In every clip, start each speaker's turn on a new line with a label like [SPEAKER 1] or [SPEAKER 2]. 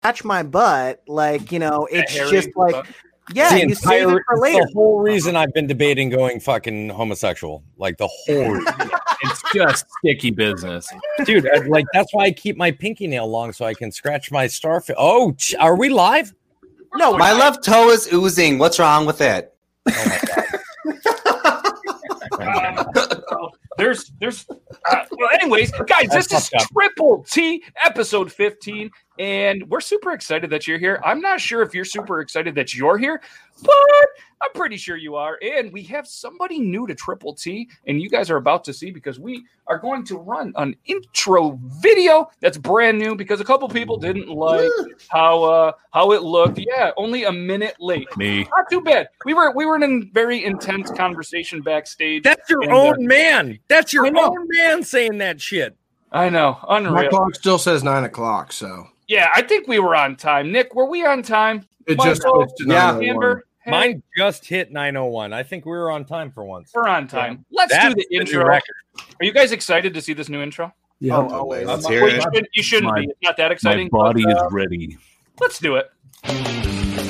[SPEAKER 1] scratch my butt. Like you know, it's
[SPEAKER 2] hairy
[SPEAKER 1] just like
[SPEAKER 2] butt.
[SPEAKER 1] yeah,
[SPEAKER 3] the
[SPEAKER 1] you save it
[SPEAKER 3] entire-
[SPEAKER 1] for
[SPEAKER 3] it's
[SPEAKER 1] later.
[SPEAKER 3] The whole reason I've been debating going fucking homosexual, like the whole, reason.
[SPEAKER 2] It's just sticky business.
[SPEAKER 3] dude. I- like that's why I keep my pinky nail long so I can scratch my starfish. Oh, ch- are we live?
[SPEAKER 1] No,
[SPEAKER 4] My left toe is oozing. What's wrong with it?
[SPEAKER 3] Oh my god.
[SPEAKER 2] Um, so there's there's uh, well anyways guys this
[SPEAKER 3] That's
[SPEAKER 2] is
[SPEAKER 3] fucked up.
[SPEAKER 2] triple t episode 15 and we're super excited that you're here i'm not sure if you're super excited that you're here but i'm pretty sure you are and we have somebody new to triple t and you guys are about to see because we are going to run an intro video that's brand new because a couple people didn't like how uh how it looked yeah only a minute late
[SPEAKER 5] Me.
[SPEAKER 2] not too bad we were we were in a very intense conversation backstage
[SPEAKER 3] That's your
[SPEAKER 2] And, uh,
[SPEAKER 3] own man. That's your
[SPEAKER 2] I know.
[SPEAKER 3] own man saying that shit.
[SPEAKER 2] I know,
[SPEAKER 6] My
[SPEAKER 2] unreal.
[SPEAKER 6] clock still says nine o'clock, so
[SPEAKER 2] yeah, I think we were on time. Nick, were we on time?
[SPEAKER 6] it
[SPEAKER 2] Mine
[SPEAKER 6] just
[SPEAKER 2] though.
[SPEAKER 6] switched to
[SPEAKER 4] Yeah.
[SPEAKER 6] 9:01.
[SPEAKER 2] Amber, hey,
[SPEAKER 3] Mine just hit 901. I think we were on time for once.
[SPEAKER 2] we're on time. Let's
[SPEAKER 3] That's
[SPEAKER 2] do the
[SPEAKER 3] new
[SPEAKER 2] intro.
[SPEAKER 3] record.
[SPEAKER 2] Are you guys excited to see this new intro?
[SPEAKER 6] Yeah.
[SPEAKER 1] Oh,
[SPEAKER 4] always.
[SPEAKER 1] always.
[SPEAKER 4] Let's
[SPEAKER 2] Well,
[SPEAKER 4] hear
[SPEAKER 2] you
[SPEAKER 4] it.
[SPEAKER 2] shouldn't, you shouldn't
[SPEAKER 5] My-
[SPEAKER 2] be. It's not that
[SPEAKER 5] My
[SPEAKER 2] exciting.
[SPEAKER 5] body
[SPEAKER 2] but,
[SPEAKER 5] is
[SPEAKER 2] uh,
[SPEAKER 5] ready.
[SPEAKER 2] Let's do it.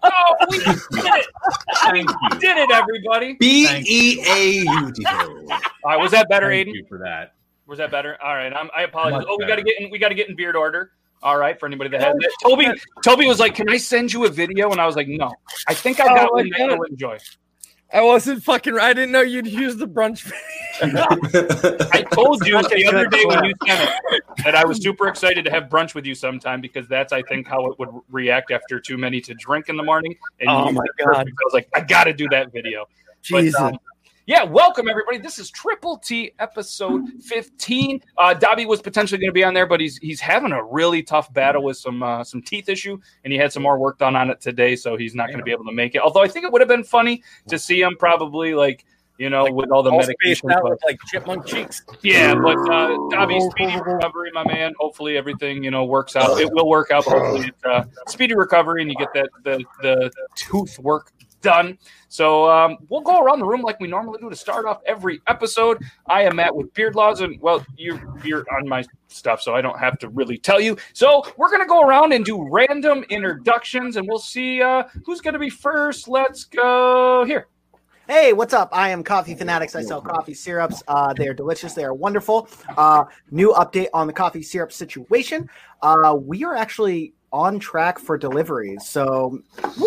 [SPEAKER 2] Oh, we did it.
[SPEAKER 5] Thank
[SPEAKER 2] We did it, everybody.
[SPEAKER 4] B E A U D.
[SPEAKER 2] All right, was that better,
[SPEAKER 5] Thank
[SPEAKER 2] Aiden?
[SPEAKER 5] you for that.
[SPEAKER 2] Was that better? All right, I'm, I apologize.
[SPEAKER 5] Much
[SPEAKER 2] Oh, we got
[SPEAKER 5] better.
[SPEAKER 2] to get in. We got to get in beard order. All right, for anybody that has it. Toby, Toby was like, "Can I send you a video?" And I was like, "No, I think I
[SPEAKER 3] Oh,
[SPEAKER 2] got
[SPEAKER 3] my
[SPEAKER 2] one that
[SPEAKER 3] God.
[SPEAKER 2] you'll enjoy."
[SPEAKER 3] I wasn't fucking. I didn't know you'd use the brunch.
[SPEAKER 2] I told you
[SPEAKER 1] Such a
[SPEAKER 2] the other
[SPEAKER 1] good
[SPEAKER 2] day when
[SPEAKER 1] clap.
[SPEAKER 2] you sent it that I was super excited to have brunch with you sometime because that's I think how it would react after too many to drink in the morning. And
[SPEAKER 3] Oh
[SPEAKER 2] you
[SPEAKER 3] my
[SPEAKER 2] were
[SPEAKER 3] God.
[SPEAKER 2] perfect. I was like, I got to do that video. But, um, yeah, welcome everybody. This is Triple T episode 15. Uh, Dobby was potentially going to be on there, but he's he's having a really tough battle with some uh, some teeth issue, and he had some more work done on it today, so he's not going to be able to make it. Although I think it would have been funny to see him probably like you know with all the
[SPEAKER 3] all spaced
[SPEAKER 2] medication.
[SPEAKER 3] out
[SPEAKER 2] but-
[SPEAKER 3] with like chipmunk cheeks.
[SPEAKER 2] yeah, but uh, Dobby, speedy recovery, my man. Hopefully everything you know works out. It will work out. But hopefully, it's, uh, speedy recovery, and you get that the the tooth work done. So um, we'll go around the room like we normally do to start off every episode. I am Matt with Beard Laws, and well, you're you're on my stuff, so I don't have to really tell you. So we're gonna go around and do random introductions, and we'll see uh, who's gonna be first. Let's go here.
[SPEAKER 1] Hey, what's up? I am Coffee Fanatics. I sell coffee syrups. Uh, they are delicious. They are wonderful. Uh, new update on the coffee syrup situation. Uh, we are actually on track for deliveries. So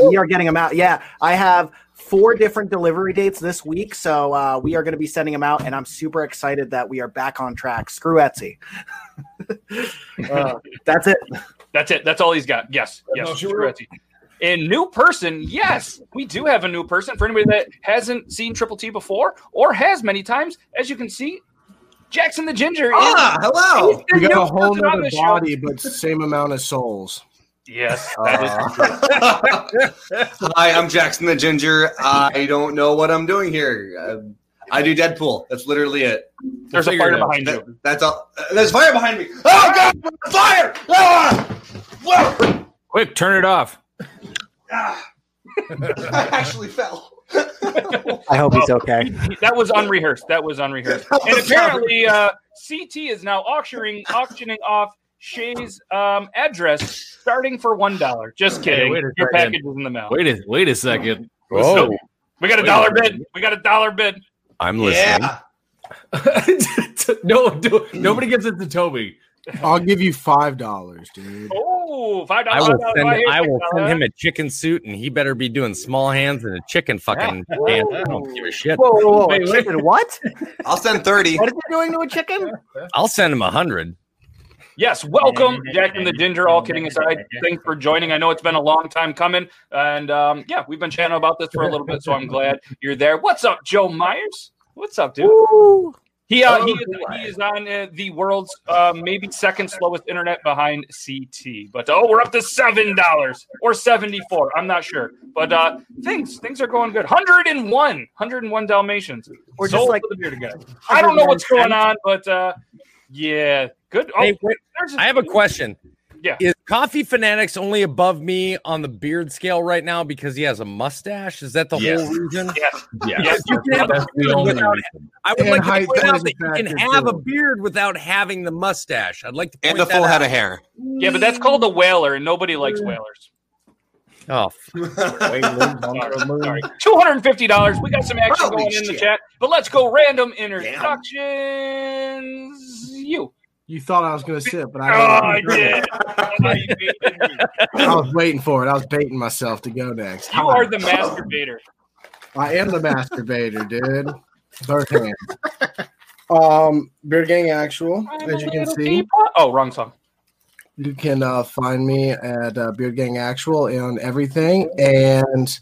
[SPEAKER 1] we are getting them out. Yeah, I have four different delivery dates this week. So uh, we are going to be sending them out. And I'm super excited that we are back on track. Screw Etsy. Uh, that's it.
[SPEAKER 2] That's it. That's all he's got. Yes. Yes.
[SPEAKER 6] No, she
[SPEAKER 2] Screw it. And new person, yes, we do have a new person. For anybody that hasn't seen Triple T before or has many times, as you can see, Jackson the Ginger. is,
[SPEAKER 4] Ah, hello.
[SPEAKER 2] he's the
[SPEAKER 6] We got
[SPEAKER 2] new
[SPEAKER 6] a whole
[SPEAKER 2] person on
[SPEAKER 6] nother
[SPEAKER 2] the show.
[SPEAKER 6] body, but same amount of souls.
[SPEAKER 2] Yes, that is-
[SPEAKER 4] Hi, I'm Jackson the Ginger. I don't know what I'm doing here. Um, I do Deadpool. That's literally it.
[SPEAKER 2] there's a
[SPEAKER 3] Figure
[SPEAKER 2] fire
[SPEAKER 3] it out.
[SPEAKER 2] behind
[SPEAKER 4] That-
[SPEAKER 2] you.
[SPEAKER 4] that's all. uh, There's fire behind me. Oh God! Fire! Ah! Whoa!
[SPEAKER 5] Quick, turn it off.
[SPEAKER 4] Ah. I actually fell.
[SPEAKER 1] I hope he's okay.
[SPEAKER 2] That was unrehearsed. That was unrehearsed. And apparently, uh, CT is now auctioning auctioning off Shay's um, address, starting for one dollar. Just kidding.
[SPEAKER 5] wait a
[SPEAKER 2] Your
[SPEAKER 5] second.
[SPEAKER 2] package is in the mail.
[SPEAKER 5] Wait a wait a second.
[SPEAKER 3] Whoa,
[SPEAKER 2] So- we got a
[SPEAKER 5] wait a
[SPEAKER 2] dollar
[SPEAKER 5] minute.
[SPEAKER 2] bid. We got a dollar bid.
[SPEAKER 3] I'm listening.
[SPEAKER 1] Oh,
[SPEAKER 4] Yeah.
[SPEAKER 5] no, do, nobody gives it to Toby.
[SPEAKER 6] I'll give you five dollars, dude.
[SPEAKER 2] Oh, five
[SPEAKER 3] I
[SPEAKER 2] dollars.
[SPEAKER 3] will send. I will send him a chicken suit, and he better be doing small hands and a chicken fucking hand. I don't give a shit.
[SPEAKER 1] Whoa, whoa, whoa.
[SPEAKER 5] Wait, wait.
[SPEAKER 1] Chicken, what?
[SPEAKER 4] I'll send thirty.
[SPEAKER 1] What are you doing to a chicken?
[SPEAKER 3] I'll send him a hundred.
[SPEAKER 2] Yes, welcome, Jack and the Ginger. All kidding aside, thanks for joining. I know it's been a long time coming, and um, yeah, we've been chatting about this for a little bit, so I'm glad you're there. What's up, Joe Myers? What's up, dude? He uh, he, he is on uh, the world's uh, maybe second slowest internet behind CT. But oh, we're up to seven dollars or seventy four. I'm not sure, but uh, things things are going good. 101, 101 Dalmatians.
[SPEAKER 1] Or just
[SPEAKER 2] Sold
[SPEAKER 1] like-
[SPEAKER 2] for the beer together. I don't know what's going on, but uh, yeah, good. Oh,
[SPEAKER 3] Hey, wait,
[SPEAKER 2] there's
[SPEAKER 3] I have a question.
[SPEAKER 2] Yeah.
[SPEAKER 3] Is Coffee Fanatics only above me on the beard scale right now because he has a mustache? Is that the
[SPEAKER 7] Yes.
[SPEAKER 3] whole reason?
[SPEAKER 2] Yes.
[SPEAKER 7] Yes,
[SPEAKER 3] You can have a
[SPEAKER 7] that's the
[SPEAKER 3] beard
[SPEAKER 7] only
[SPEAKER 3] without-
[SPEAKER 7] reason.
[SPEAKER 3] I would
[SPEAKER 6] And
[SPEAKER 3] like to
[SPEAKER 6] height
[SPEAKER 3] point out
[SPEAKER 6] plays a
[SPEAKER 3] that you can
[SPEAKER 6] factor,
[SPEAKER 3] have a
[SPEAKER 6] too.
[SPEAKER 3] beard without having the mustache. I'd like to point
[SPEAKER 4] and a
[SPEAKER 3] that
[SPEAKER 4] full
[SPEAKER 3] out.
[SPEAKER 4] head of hair.
[SPEAKER 2] Yeah, but that's called a whaler, and nobody likes whalers.
[SPEAKER 3] Oh, f-
[SPEAKER 2] Sorry. Two hundred and fifty dollars. We got some action
[SPEAKER 4] Holy
[SPEAKER 2] going in the
[SPEAKER 4] shit.
[SPEAKER 2] chat, but let's go random introductions. You.
[SPEAKER 6] You thought I was going to sit, but
[SPEAKER 2] Oh, I
[SPEAKER 6] I,
[SPEAKER 2] did. Oh, you baited me.
[SPEAKER 6] I was waiting for it. I was baiting myself to go next.
[SPEAKER 2] You are the masturbator.
[SPEAKER 6] I am the masturbator, dude. Both hands. Um, Beard Gang Actual, as you can see.
[SPEAKER 2] Oh, wrong song.
[SPEAKER 6] You can uh, find me at uh, Beard Gang Actual and everything. And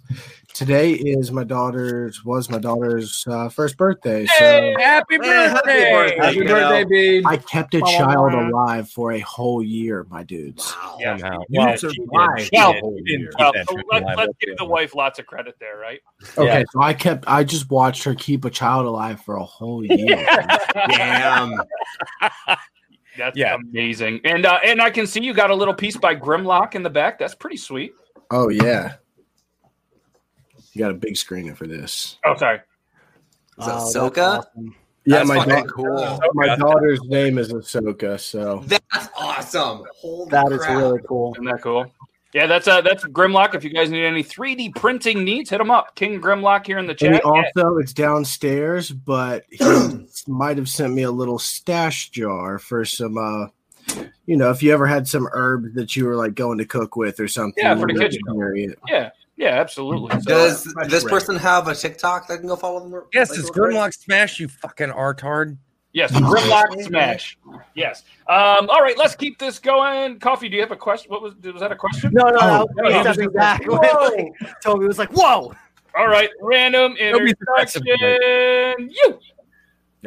[SPEAKER 6] today is my daughter's was my daughter's uh, first birthday, so
[SPEAKER 3] happy birthday!
[SPEAKER 5] Happy birthday, Bede.
[SPEAKER 6] I kept a child alive for a whole year, my dudes.
[SPEAKER 2] Yeah.
[SPEAKER 3] Somehow.
[SPEAKER 6] You
[SPEAKER 3] Well,
[SPEAKER 6] survived.
[SPEAKER 3] she
[SPEAKER 2] Well,
[SPEAKER 3] did. She didn't keep
[SPEAKER 2] Well,
[SPEAKER 3] that
[SPEAKER 2] so
[SPEAKER 3] trick
[SPEAKER 2] let,
[SPEAKER 3] alive.
[SPEAKER 2] let's give the wife lots of credit there, right?
[SPEAKER 6] Okay, so I kept I just watched her keep a child alive for a whole year.
[SPEAKER 4] Damn.
[SPEAKER 2] That's
[SPEAKER 3] Yeah.
[SPEAKER 2] amazing. And uh, and I can see you got a little piece by Grimlock in the back. That's pretty sweet.
[SPEAKER 6] oh yeah. You got a big screen for this.
[SPEAKER 2] Oh, sorry.
[SPEAKER 4] Is that
[SPEAKER 1] Oh, that's
[SPEAKER 4] Ahsoka?
[SPEAKER 1] awesome.
[SPEAKER 6] Yeah,
[SPEAKER 4] That's
[SPEAKER 6] my
[SPEAKER 4] fucking
[SPEAKER 6] da-
[SPEAKER 4] cool.
[SPEAKER 6] my daughter's name is Ahsoka, so
[SPEAKER 4] That's awesome. Holy
[SPEAKER 1] That is
[SPEAKER 4] crap.
[SPEAKER 1] really cool.
[SPEAKER 2] Isn't that cool? Yeah, that's uh, that's Grimlock. If you guys need any 3D printing needs, hit him up. King Grimlock here in the
[SPEAKER 6] And he
[SPEAKER 2] chat. Yeah.
[SPEAKER 6] also, it's downstairs, but he might have sent me a little stash jar for some, uh, you know, if you ever had some herb that you were like going to cook with or something.
[SPEAKER 2] Yeah, for the
[SPEAKER 6] you
[SPEAKER 2] kitchen.
[SPEAKER 6] can carry it.
[SPEAKER 2] Yeah, yeah, absolutely. So,
[SPEAKER 4] Does this person have a TikTok that can go follow them?
[SPEAKER 3] Yes,
[SPEAKER 4] like,
[SPEAKER 3] it's
[SPEAKER 4] real quick?
[SPEAKER 3] Grimlock Smash, you fucking artard.
[SPEAKER 2] yes, Grimlock Smash. Yes. Um, all right, let's keep this going. Coffee, do you have a question? What was was that a question?
[SPEAKER 1] No, no, no.
[SPEAKER 2] Oh, yeah.
[SPEAKER 1] stepping back.
[SPEAKER 2] Whoa.
[SPEAKER 1] Like, Toby was like, "Whoa!"
[SPEAKER 2] All right, random
[SPEAKER 3] be
[SPEAKER 2] introduction.
[SPEAKER 3] defensive,
[SPEAKER 2] You.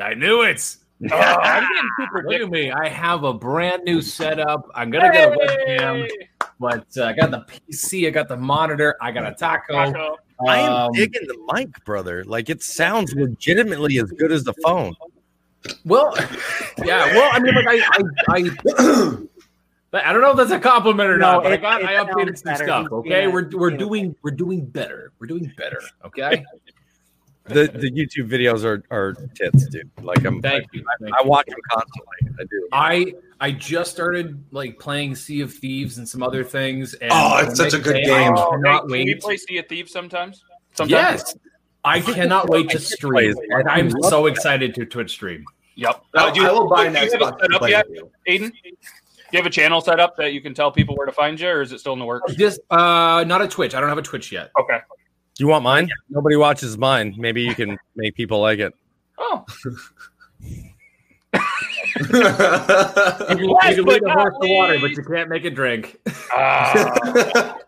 [SPEAKER 5] I knew it.
[SPEAKER 2] Oh, I'm getting too
[SPEAKER 5] Look
[SPEAKER 2] predictable.
[SPEAKER 5] at me. I have a brand new setup. I'm gonna get a webcam,
[SPEAKER 2] Hey,
[SPEAKER 5] but uh, I got the PC. I got the monitor. I got a taco.
[SPEAKER 2] Taco.
[SPEAKER 3] I am
[SPEAKER 5] Um,
[SPEAKER 3] digging the mic, brother. Like it sounds legitimately as good as the phone.
[SPEAKER 5] Well, yeah. Well, I mean, like, I, I, I, I don't know if that's a compliment or
[SPEAKER 1] No,
[SPEAKER 5] not, but I
[SPEAKER 1] it-
[SPEAKER 5] got,
[SPEAKER 1] it
[SPEAKER 5] I updated
[SPEAKER 1] sounds
[SPEAKER 5] some
[SPEAKER 1] better.
[SPEAKER 5] stuff.
[SPEAKER 1] Yeah.
[SPEAKER 5] Okay, we're we're
[SPEAKER 1] Yeah.
[SPEAKER 5] doing we're doing better. We're doing better. Okay.
[SPEAKER 3] The the YouTube videos are are tits, dude. Like I'm,
[SPEAKER 5] Thank you. Thank you.
[SPEAKER 3] I watch them constantly. I do.
[SPEAKER 5] I I just started like playing Sea of Thieves and some other things. And
[SPEAKER 4] Oh, it's such a good
[SPEAKER 5] I
[SPEAKER 4] game.
[SPEAKER 2] Oh, hey,
[SPEAKER 5] cannot
[SPEAKER 2] can we
[SPEAKER 5] wait.
[SPEAKER 2] play Sea of Thieves sometimes? Sometimes.
[SPEAKER 5] Yes, I cannot wait to
[SPEAKER 3] kid plays
[SPEAKER 5] stream.
[SPEAKER 3] it.
[SPEAKER 5] And I'm so excited to Twitch stream.
[SPEAKER 2] Yep.
[SPEAKER 4] I,
[SPEAKER 2] Uh, do you,
[SPEAKER 4] Oh, I will buy an
[SPEAKER 2] do you have
[SPEAKER 4] Xbox.
[SPEAKER 2] it set
[SPEAKER 4] and
[SPEAKER 2] up
[SPEAKER 4] play
[SPEAKER 2] yet,
[SPEAKER 4] with you.
[SPEAKER 2] Aiden? Do you have a channel set up that you can tell people where to find you, or is it still in the works?
[SPEAKER 5] Just uh, not a Twitch. I don't have a Twitch yet.
[SPEAKER 2] Okay.
[SPEAKER 3] Do you want mine? Nobody watches mine. Maybe you can make people like it.
[SPEAKER 2] Oh,
[SPEAKER 5] You can,
[SPEAKER 2] Last
[SPEAKER 5] you can
[SPEAKER 2] but
[SPEAKER 5] lead a horse
[SPEAKER 2] not
[SPEAKER 5] to water, but
[SPEAKER 2] least-
[SPEAKER 5] you can't make it drink.
[SPEAKER 2] Ah.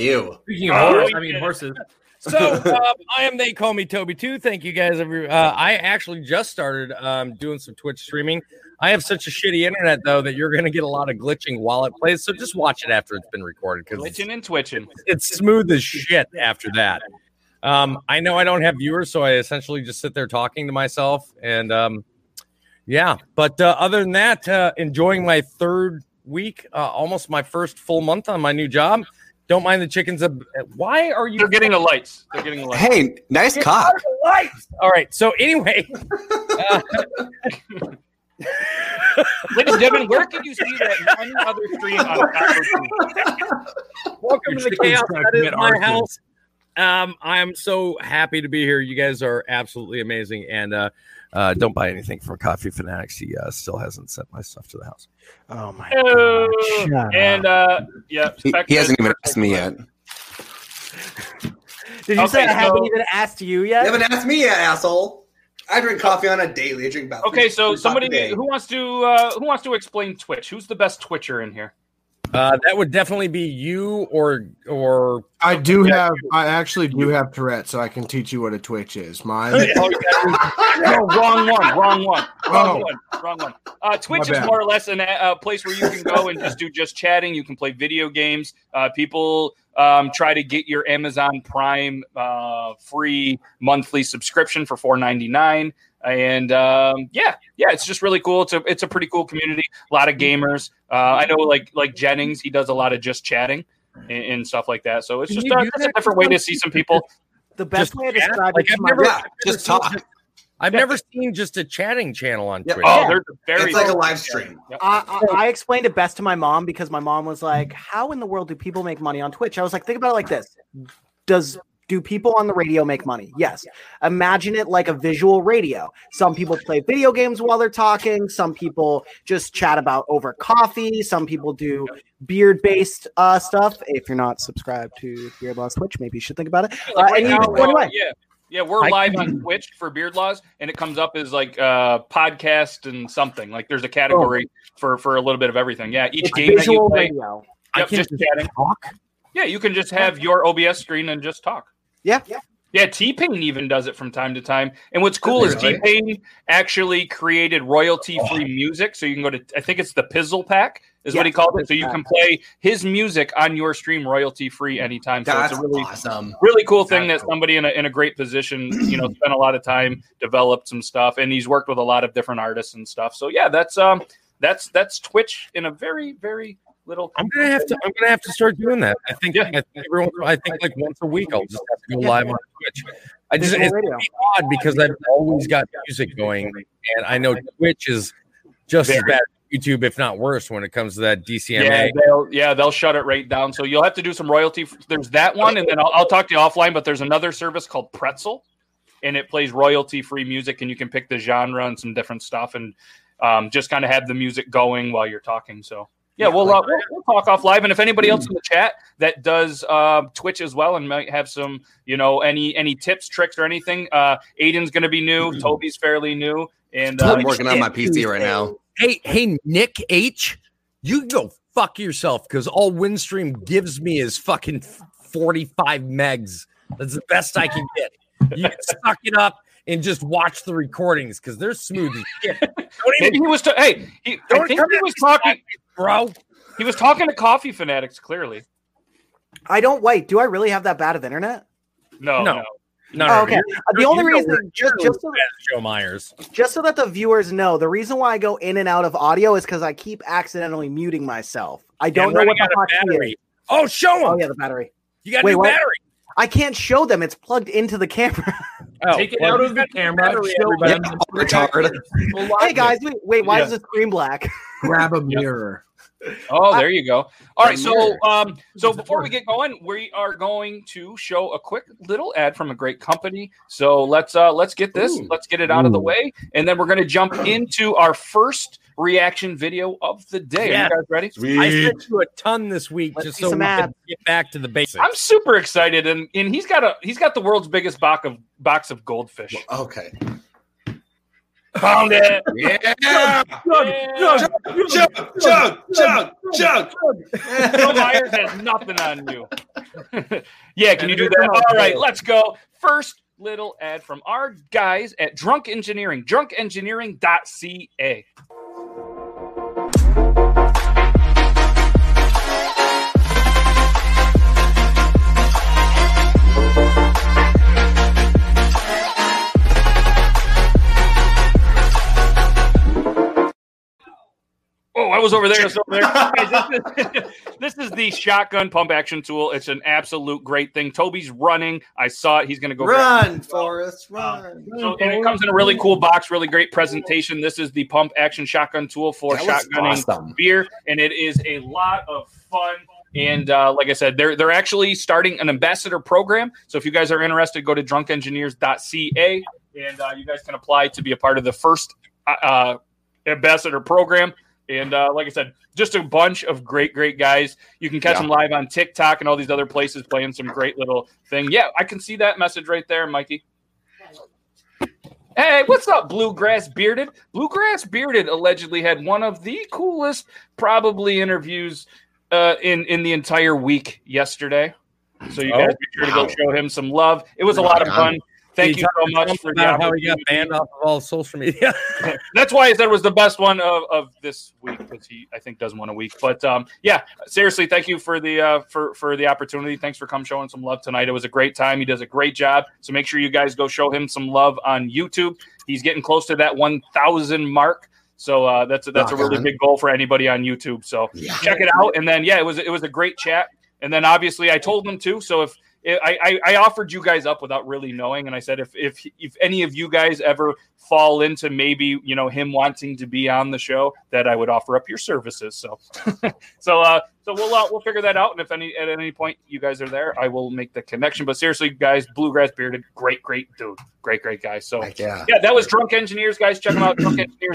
[SPEAKER 4] Ew.
[SPEAKER 5] Speaking of
[SPEAKER 2] Oh,
[SPEAKER 5] horse,
[SPEAKER 2] yeah.
[SPEAKER 5] I mean horses.
[SPEAKER 3] So um, I am. They call me Toby too. Thank you guys. Every uh, I actually just started um, doing some Twitch streaming. I have such a shitty internet though that you're gonna get a lot of glitching while it plays. So just watch it after it's been recorded because it's,
[SPEAKER 2] Glitching and twitching.
[SPEAKER 3] it's smooth as shit after that. Um, I know I don't have viewers, so I essentially just sit there talking to myself. And um, yeah, but uh, other than that, uh, enjoying my third week, uh, almost my first full month on my new job. Don't mind the chickens. Ab- Why are you
[SPEAKER 2] They're getting the lights. They're getting the lights.
[SPEAKER 4] Hey, nice cock.
[SPEAKER 3] All right. So anyway,
[SPEAKER 2] Ladies and gentlemen, where can you see that in any other stream on Taco Tuesday?
[SPEAKER 3] welcome
[SPEAKER 5] Your
[SPEAKER 3] to the
[SPEAKER 5] chicken's
[SPEAKER 3] chaos
[SPEAKER 5] trying
[SPEAKER 3] that
[SPEAKER 5] to
[SPEAKER 3] is
[SPEAKER 5] commit
[SPEAKER 3] my
[SPEAKER 5] arson.
[SPEAKER 3] house. Um, I'm so happy to be here. You guys are absolutely amazing, and uh, uh, don't buy anything from Coffee Fanatics. He uh, still hasn't sent my stuff to the house.
[SPEAKER 1] Oh my
[SPEAKER 2] Oh,
[SPEAKER 1] god!
[SPEAKER 2] And uh, yeah,
[SPEAKER 4] He,
[SPEAKER 2] Spectre-
[SPEAKER 4] he hasn't even asked me yet.
[SPEAKER 1] Did you say
[SPEAKER 2] Okay,
[SPEAKER 1] I haven't
[SPEAKER 2] so-
[SPEAKER 1] even asked you
[SPEAKER 4] You
[SPEAKER 1] yet?
[SPEAKER 4] haven't asked me yet, asshole. I drink coffee on a daily. I drink about
[SPEAKER 2] Okay,
[SPEAKER 4] three-
[SPEAKER 2] so
[SPEAKER 4] three coffee a
[SPEAKER 2] somebody
[SPEAKER 4] day.
[SPEAKER 2] who wants to uh, who wants to explain Twitch? Who's the best Twitcher in here?
[SPEAKER 3] Uh, that would definitely be you or or
[SPEAKER 6] I do have. I actually do have Tourette, so I can teach you what a twitch is. Mine.
[SPEAKER 2] no, wrong one, wrong one, wrong
[SPEAKER 6] Oh.
[SPEAKER 2] one, wrong one. Uh, Twitch
[SPEAKER 6] My
[SPEAKER 2] is
[SPEAKER 6] bad.
[SPEAKER 2] more or less an, uh, a place where you can go and just do just chatting. You can play video games. Uh, people um, try to get your Amazon Prime uh, free monthly subscription for four ninety nine. And um, yeah, yeah, it's just really cool. It's a it's a pretty cool community. A lot of gamers. Uh, I know, like like Jennings, he does a lot of just chatting and, and stuff like that. So it's
[SPEAKER 3] Can
[SPEAKER 2] just
[SPEAKER 3] you
[SPEAKER 2] uh,
[SPEAKER 3] do
[SPEAKER 2] it's a
[SPEAKER 3] that?
[SPEAKER 2] different way to see some people.
[SPEAKER 1] The best
[SPEAKER 3] Just
[SPEAKER 1] way to
[SPEAKER 3] chat?
[SPEAKER 1] describe
[SPEAKER 3] Like,
[SPEAKER 1] it
[SPEAKER 3] I've
[SPEAKER 1] to my
[SPEAKER 3] never-
[SPEAKER 4] yeah, just talk.
[SPEAKER 3] I've never seen just a chatting channel on
[SPEAKER 4] Yeah.
[SPEAKER 3] Twitch.
[SPEAKER 2] Oh, there's a very
[SPEAKER 4] It's like a live stream.
[SPEAKER 1] I, I, I explained it best to my mom because my mom was like, "How in the world do people make money on Twitch?" I was like, "Think about it like this: Does do people on the radio make money? Yes. Imagine it like a visual radio. Some people play video games while they're talking. Some people just chat about over coffee. Some people do beard-based uh, stuff. If you're not subscribed to Beard Laws Twitch, maybe you should think about it. Uh,
[SPEAKER 2] Like right
[SPEAKER 1] and you
[SPEAKER 2] now,
[SPEAKER 1] just one
[SPEAKER 2] uh,
[SPEAKER 1] way.
[SPEAKER 2] yeah, yeah, we're
[SPEAKER 3] I-
[SPEAKER 2] live on Twitch for Beard Laws, and it comes up as like uh, podcast and something. Like there's a category for for a little bit of everything. Yeah, each
[SPEAKER 1] It's
[SPEAKER 2] game that
[SPEAKER 1] visual
[SPEAKER 2] you play.
[SPEAKER 1] radio.
[SPEAKER 3] I
[SPEAKER 2] Yep,
[SPEAKER 3] can't
[SPEAKER 2] just chatting.
[SPEAKER 3] talk.
[SPEAKER 2] Yeah, you can just have your OBS screen and just talk.
[SPEAKER 1] Yeah.
[SPEAKER 2] Yeah, T Pain even does it from time to time. And what's cool is T
[SPEAKER 4] Really?
[SPEAKER 2] Pain actually created royalty free music. So you can go to, I think it's the Pizzle Pack, is
[SPEAKER 1] Yeah,
[SPEAKER 2] what he called it. So you
[SPEAKER 1] Pizzle
[SPEAKER 2] can play his music on your stream royalty free anytime. So
[SPEAKER 4] That's
[SPEAKER 2] it's a really
[SPEAKER 4] awesome.
[SPEAKER 2] really cool thing that
[SPEAKER 4] That's cool.
[SPEAKER 2] somebody in a, in a great position, you know, spent a lot of time, developed some stuff, and he's worked with a lot of different artists and stuff. So yeah, that's um, that's that's Twitch in a very very little.
[SPEAKER 3] I'm gonna have to. I'm gonna have to start doing that. I think.
[SPEAKER 2] Yeah.
[SPEAKER 3] I think, everyone, I think like once a week I'll just have to go
[SPEAKER 1] Yeah.
[SPEAKER 3] live on Twitch. I just
[SPEAKER 1] Visual
[SPEAKER 3] it's
[SPEAKER 1] radio.
[SPEAKER 3] odd because I've always got music going, and I know Twitch is just as
[SPEAKER 2] Very.
[SPEAKER 3] bad as YouTube, if not worse, when it comes to that DCMA.
[SPEAKER 2] Yeah, they'll yeah they'll shut it right down. So you'll have to do some royalty. f- There's that one, and then I'll, I'll talk to you offline. But there's another service called Pretzel, and it plays royalty free music, and you can pick the genre and some different stuff, and um, just kind of have the music going while you're talking. So yeah,
[SPEAKER 4] Yeah,
[SPEAKER 2] we'll,
[SPEAKER 4] like
[SPEAKER 2] uh, we'll we'll talk off live, and if anybody else in the chat that does uh, Twitch as well and might have some you know any any tips, tricks, or anything, uh, Aiden's going to be new,
[SPEAKER 3] Mm-hmm.
[SPEAKER 2] Toby's fairly new, and uh,
[SPEAKER 4] I'm working on my PC right now.
[SPEAKER 3] Hey, hey, Nick H, you can go fuck yourself because all Windstream gives me is fucking 45 megs. That's the best I can get. You can suck it up and just watch the recordings because they're smooth as shit. Don't
[SPEAKER 2] maybe
[SPEAKER 3] even,
[SPEAKER 2] he was. ta- hey, he, I
[SPEAKER 3] Don't
[SPEAKER 2] think
[SPEAKER 3] come
[SPEAKER 2] he
[SPEAKER 3] at
[SPEAKER 2] was
[SPEAKER 3] me,
[SPEAKER 2] talking.
[SPEAKER 3] bro.
[SPEAKER 2] He was talking to coffee fanatics, clearly.
[SPEAKER 1] I don't wait. Do I really have that bad of internet?
[SPEAKER 2] No,
[SPEAKER 3] No.
[SPEAKER 2] no.
[SPEAKER 3] No,
[SPEAKER 1] Oh, okay. Uh, the
[SPEAKER 3] you
[SPEAKER 1] only
[SPEAKER 3] know
[SPEAKER 1] reason, just,
[SPEAKER 3] You're
[SPEAKER 1] just
[SPEAKER 3] as
[SPEAKER 1] so
[SPEAKER 3] bad as Joe Myers.
[SPEAKER 1] just so that the viewers know, the reason why I go in and out of audio is because I keep accidentally muting myself. I don't
[SPEAKER 3] And
[SPEAKER 1] know
[SPEAKER 3] running
[SPEAKER 1] what
[SPEAKER 3] out
[SPEAKER 1] the
[SPEAKER 3] of
[SPEAKER 1] fuck he is.
[SPEAKER 3] battery. Oh, show him.
[SPEAKER 1] Oh yeah, the battery.
[SPEAKER 3] You got
[SPEAKER 1] Wait,
[SPEAKER 3] new
[SPEAKER 1] what?
[SPEAKER 3] battery.
[SPEAKER 1] I can't show them; it's plugged into the camera.
[SPEAKER 3] Oh,
[SPEAKER 5] Take it
[SPEAKER 3] well,
[SPEAKER 5] out of the
[SPEAKER 3] battery,
[SPEAKER 5] camera. show
[SPEAKER 3] everybody.
[SPEAKER 5] them.
[SPEAKER 4] Retard.
[SPEAKER 1] hey guys, wait, wait why is the screen black?
[SPEAKER 6] Grab a mirror.
[SPEAKER 2] Oh, there you go. All right, so
[SPEAKER 4] Mirror.
[SPEAKER 2] um, so before we get going, we are going to show a quick little ad from a great company. So let's uh let's get this,
[SPEAKER 4] Ooh.
[SPEAKER 2] let's get it out of the way, and then we're going to jump into our first reaction video of the day. Are
[SPEAKER 3] Yes.
[SPEAKER 2] you guys ready?
[SPEAKER 3] I sent you a ton this week
[SPEAKER 1] Let's
[SPEAKER 3] just
[SPEAKER 1] see
[SPEAKER 3] so we
[SPEAKER 1] some
[SPEAKER 3] can
[SPEAKER 1] abs.
[SPEAKER 3] get back to the basics.
[SPEAKER 2] I'm super excited, and and he's got a he's got the world's biggest box of box of goldfish.
[SPEAKER 4] Okay.
[SPEAKER 2] Found it.
[SPEAKER 4] Yeah.
[SPEAKER 2] Yeah.
[SPEAKER 4] Chug, chug, chug, chug.
[SPEAKER 2] Joe Myers has nothing on you. yeah, can you do
[SPEAKER 5] Come
[SPEAKER 2] that?
[SPEAKER 5] on.
[SPEAKER 2] All right, let's go. First little ad from our guys at Drunk Engineering, drunkengineering.ca. Oh, I was over there. I was over there. Guys, this, is, this is the shotgun pump action tool. It's an absolute great thing. Toby's running. I saw it. He's going to go. grab
[SPEAKER 4] Run, Forrest, run.
[SPEAKER 2] So, and it comes in a really cool box, really great presentation. This is the pump action shotgun tool for
[SPEAKER 4] That was
[SPEAKER 2] shotgunning
[SPEAKER 4] awesome.
[SPEAKER 2] beer, and it is a lot of fun. And uh, like I said, they're they're actually starting an ambassador program. So if you guys are interested, go to drunkengineers.ca, and uh, you guys can apply to be a part of the first uh, uh, ambassador program. And uh, like I said, just a bunch of great, great guys. You can catch
[SPEAKER 4] Yeah.
[SPEAKER 2] them live on TikTok and all these other places playing some great little thing. Yeah, I can see that message right there, Mikey. Hey, what's up, Bluegrass Bearded? Bluegrass Bearded allegedly had one of the coolest, probably interviews uh, in in the entire week yesterday. So you guys be sure to go show him some love. It was a lot of fun. Thank you so much for the
[SPEAKER 3] about how he got
[SPEAKER 2] opportunity.
[SPEAKER 3] banned off of all social media.
[SPEAKER 2] That's why I said it was the best one of, of this week because he I think does one a week. But um, yeah, seriously, thank you for the uh, for for the opportunity. Thanks for come showing some love tonight. It was a great time. He does a great job. So make sure you guys go show him some love on YouTube. He's getting close to that one thousand mark. So uh, that's a, that's a
[SPEAKER 4] Rock
[SPEAKER 2] really
[SPEAKER 4] on.
[SPEAKER 2] big goal for anybody on YouTube. So check it out. And then yeah, it was it was a great chat. And then obviously I told them too. So if I, I I offered you guys up without really knowing, and I said if if if any of you guys ever fall into maybe you know him wanting to be on the show, that I would offer up your services. So so uh so we'll uh, we'll figure that out. And if any at any point you guys are there, I will make the connection. But seriously, guys, bluegrass bearded, great great dude, great great guy. So
[SPEAKER 4] Heck yeah.
[SPEAKER 2] yeah, that was Drunk Engineers, guys. Check them out,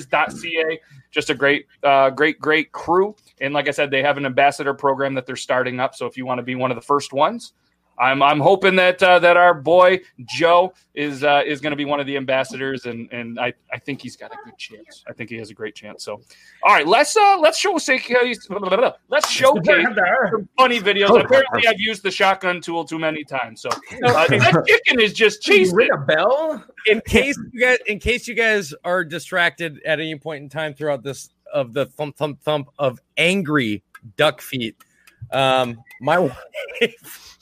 [SPEAKER 2] drunkengineers.ca. Just a great, uh, great, great crew. And like I said, they have an ambassador program that they're starting up. So if you want to be one of the first ones, I'm, I'm hoping that uh, that our boy Joe is uh, is going to be one of the ambassadors, and and I, I think he's got a good chance. I think he has a great chance. So, all right, let's uh, let's show let's showcase some funny videos. Apparently, I've used the shotgun tool too many times. So uh, that chicken is just
[SPEAKER 5] Jeez,
[SPEAKER 2] cheesing.
[SPEAKER 5] ring a bell?
[SPEAKER 3] in case you guys, in case you guys are distracted at any point in time throughout this of the thump thump thump of angry duck feet, um, my wife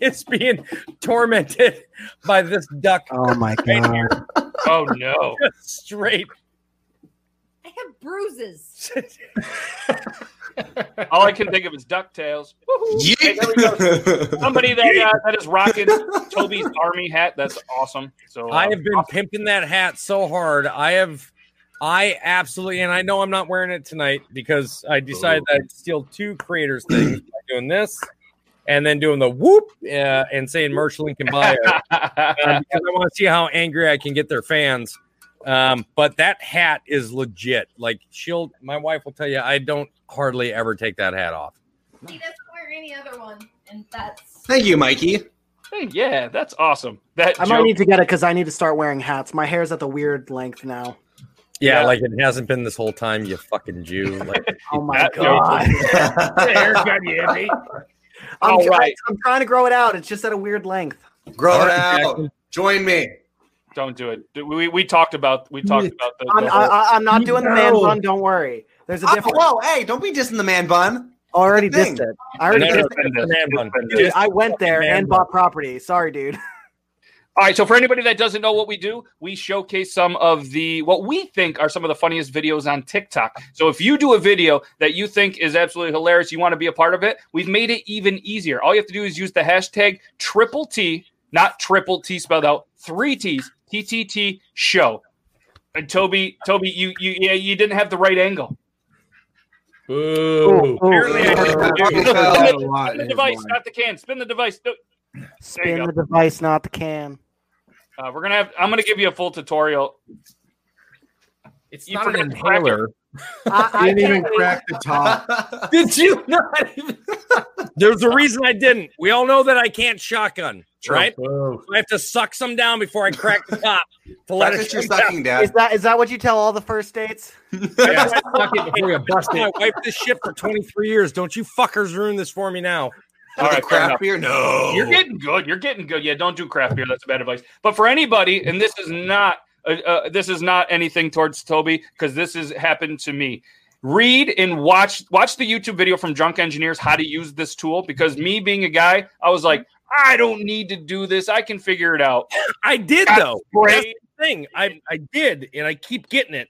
[SPEAKER 3] is being tormented by this duck
[SPEAKER 6] Oh my god!
[SPEAKER 2] Oh no.
[SPEAKER 3] straight.
[SPEAKER 7] I have bruises.
[SPEAKER 2] All I can think of is DuckTales. Woohoo.
[SPEAKER 4] Yeah.
[SPEAKER 2] Hey, there we go. Somebody that uh, that is rocking Toby's army hat. That's awesome. So uh,
[SPEAKER 3] I have been pimping that hat so hard. I have, I absolutely, and I know I'm not wearing it tonight because I decided that I'd steal two creators things by doing this and then doing the whoop uh, and saying merch link and buy it.
[SPEAKER 2] um,
[SPEAKER 3] uh, because I want to see how angry I can get their fans. Um, but that hat is legit. Like she'll, my wife will tell you, I don't hardly ever take that hat off.
[SPEAKER 7] He doesn't wear any other one, and that's
[SPEAKER 4] Thank you, Mikey.
[SPEAKER 2] hey, yeah, that's awesome. That
[SPEAKER 1] I might
[SPEAKER 2] joke-
[SPEAKER 1] need to get it because I need to start wearing hats. My hair's at the weird length now.
[SPEAKER 3] Yeah,
[SPEAKER 2] Yeah.
[SPEAKER 3] like it hasn't been this whole time, you fucking Jew. Like,
[SPEAKER 1] Oh my
[SPEAKER 2] That joke
[SPEAKER 1] god! I'm,
[SPEAKER 2] All right.
[SPEAKER 1] I, am trying to grow it out. It's just at a weird length.
[SPEAKER 4] Grow it out.
[SPEAKER 3] Jackson.
[SPEAKER 4] Join me.
[SPEAKER 2] don't do it. We, we talked about we talked about the,
[SPEAKER 1] I'm,
[SPEAKER 2] the
[SPEAKER 1] I,
[SPEAKER 2] whole-
[SPEAKER 1] I- I'm not
[SPEAKER 6] You
[SPEAKER 1] doing the man
[SPEAKER 6] know.
[SPEAKER 1] bun. Don't worry. There's a
[SPEAKER 4] Oh,
[SPEAKER 1] difference.
[SPEAKER 4] whoa, hey, don't be dissing the man bun.
[SPEAKER 1] I already
[SPEAKER 4] the thing.
[SPEAKER 1] dissed it. I already
[SPEAKER 3] Never
[SPEAKER 1] dissed it.
[SPEAKER 3] been to
[SPEAKER 2] It's
[SPEAKER 3] man
[SPEAKER 2] been
[SPEAKER 3] bun.
[SPEAKER 2] to-
[SPEAKER 1] Dude, I went there
[SPEAKER 3] Man
[SPEAKER 1] and
[SPEAKER 3] bun.
[SPEAKER 1] bought property. Sorry, dude.
[SPEAKER 2] All right, so for anybody that doesn't know what we do, we showcase some of the what we think are some of the funniest videos on TikTok. So if you do a video that you think is absolutely hilarious, you want to be a part of it, we've made it even easier. All you have to do is use the hashtag triple T, not triple T spelled out, three T's, TTT show. And Toby, Toby, you you yeah, you didn't have the right angle.
[SPEAKER 5] Boo.
[SPEAKER 2] Apparently, I did.
[SPEAKER 4] Ooh.
[SPEAKER 2] Spin
[SPEAKER 6] A
[SPEAKER 2] the-
[SPEAKER 6] lot
[SPEAKER 2] spin the
[SPEAKER 6] is
[SPEAKER 2] device,
[SPEAKER 6] mine.
[SPEAKER 2] not the can. Spin the device. No, you
[SPEAKER 1] Spin
[SPEAKER 2] go.
[SPEAKER 1] the device, not the can.
[SPEAKER 2] Uh, we're gonna have. I'm gonna give you a full tutorial.
[SPEAKER 5] It's
[SPEAKER 2] You
[SPEAKER 5] not
[SPEAKER 2] forgot
[SPEAKER 5] an
[SPEAKER 2] to crack it.
[SPEAKER 5] inhaler.
[SPEAKER 1] I, I
[SPEAKER 6] Didn't even
[SPEAKER 1] can't wait.
[SPEAKER 6] crack the top.
[SPEAKER 5] Did you not even?
[SPEAKER 3] There's a reason I didn't. We all know that I can't shotgun,
[SPEAKER 5] Oh,
[SPEAKER 3] right?
[SPEAKER 5] Boo.
[SPEAKER 3] I have to suck some down before I crack the top to let it
[SPEAKER 4] Practice your
[SPEAKER 3] shoot down.
[SPEAKER 4] sucking,
[SPEAKER 1] Is
[SPEAKER 4] Dad.
[SPEAKER 1] that is that what you tell all the first dates?
[SPEAKER 5] Yeah, suck it before you bust
[SPEAKER 3] I
[SPEAKER 5] it.
[SPEAKER 3] wiped this shit for 23 years. Don't you fuckers ruin this for me now.
[SPEAKER 2] All
[SPEAKER 4] With a
[SPEAKER 2] right, fair enough.
[SPEAKER 4] craft beer? No.
[SPEAKER 2] You're getting good. You're getting good. Yeah, don't do craft beer. That's bad advice. But for anybody, and this is not uh, uh, this is not anything towards Toby because this has happened to me. Read and watch watch the YouTube video from Drunk Engineers how to use this tool because me being a guy, I was like, I don't need to do this. I can figure it out.
[SPEAKER 3] I did,
[SPEAKER 2] That's
[SPEAKER 3] though. That's
[SPEAKER 2] Great.
[SPEAKER 3] the thing. I, I did, and I keep getting it.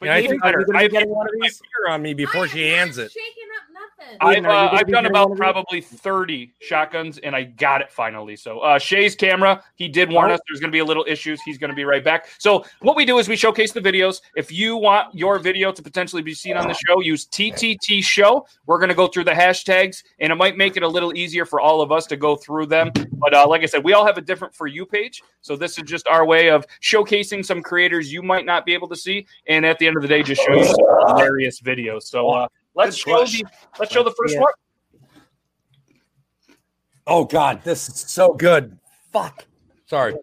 [SPEAKER 2] But
[SPEAKER 3] Yeah, I
[SPEAKER 2] you
[SPEAKER 3] think
[SPEAKER 2] did better.
[SPEAKER 1] Are you gonna
[SPEAKER 2] I
[SPEAKER 1] be getting one of
[SPEAKER 3] My
[SPEAKER 1] these?
[SPEAKER 3] finger on me before
[SPEAKER 7] I
[SPEAKER 3] she
[SPEAKER 7] am not
[SPEAKER 3] hands it.
[SPEAKER 7] Shaking up nothing.
[SPEAKER 1] I-
[SPEAKER 2] I've,
[SPEAKER 1] Ian, are you
[SPEAKER 2] uh,
[SPEAKER 1] gonna
[SPEAKER 2] I've
[SPEAKER 1] be
[SPEAKER 2] done
[SPEAKER 1] doing
[SPEAKER 2] about
[SPEAKER 1] one of these?
[SPEAKER 2] probably 30 shotguns and I got it finally. So, uh, Shay's camera, he did warn
[SPEAKER 1] Oh.
[SPEAKER 2] us there's going to be a little issues. He's going to be right back. So, what we do is we showcase the videos. If you want your video to potentially be seen on the show, use TTT show. We're going to go through the hashtags and it might make it a little easier for all of us to go through them. But, uh, like I said, we all have a different for you page. So, this is just our way of showcasing some creators you might not be able to see. And at the end of the day, just show you some hilarious videos. So, uh, Let's
[SPEAKER 4] Good
[SPEAKER 2] show,
[SPEAKER 4] push.
[SPEAKER 2] the, let's show the first
[SPEAKER 1] Yeah.
[SPEAKER 2] one.
[SPEAKER 3] Oh, God. This is so good. Fuck. Sorry.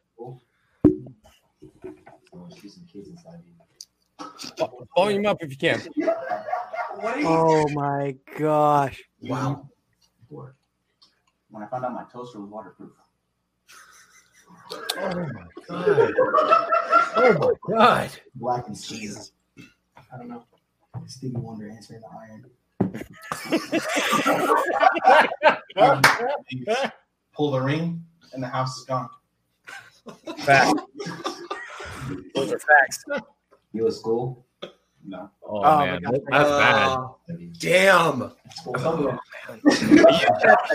[SPEAKER 3] Volume up if you can.
[SPEAKER 1] Oh my gosh!
[SPEAKER 8] Wow. When I found out my toaster was waterproof.
[SPEAKER 5] Oh my god.
[SPEAKER 8] Black and Jesus. I don't know. Stevie Wonder answering the iron. Pull the ring, and the house is gone.
[SPEAKER 3] Fact.
[SPEAKER 1] Those are facts.
[SPEAKER 8] You at school? No.
[SPEAKER 3] Oh,
[SPEAKER 1] Oh,
[SPEAKER 3] man,
[SPEAKER 1] my God.
[SPEAKER 3] that's bad.
[SPEAKER 4] Uh, Damn.
[SPEAKER 3] I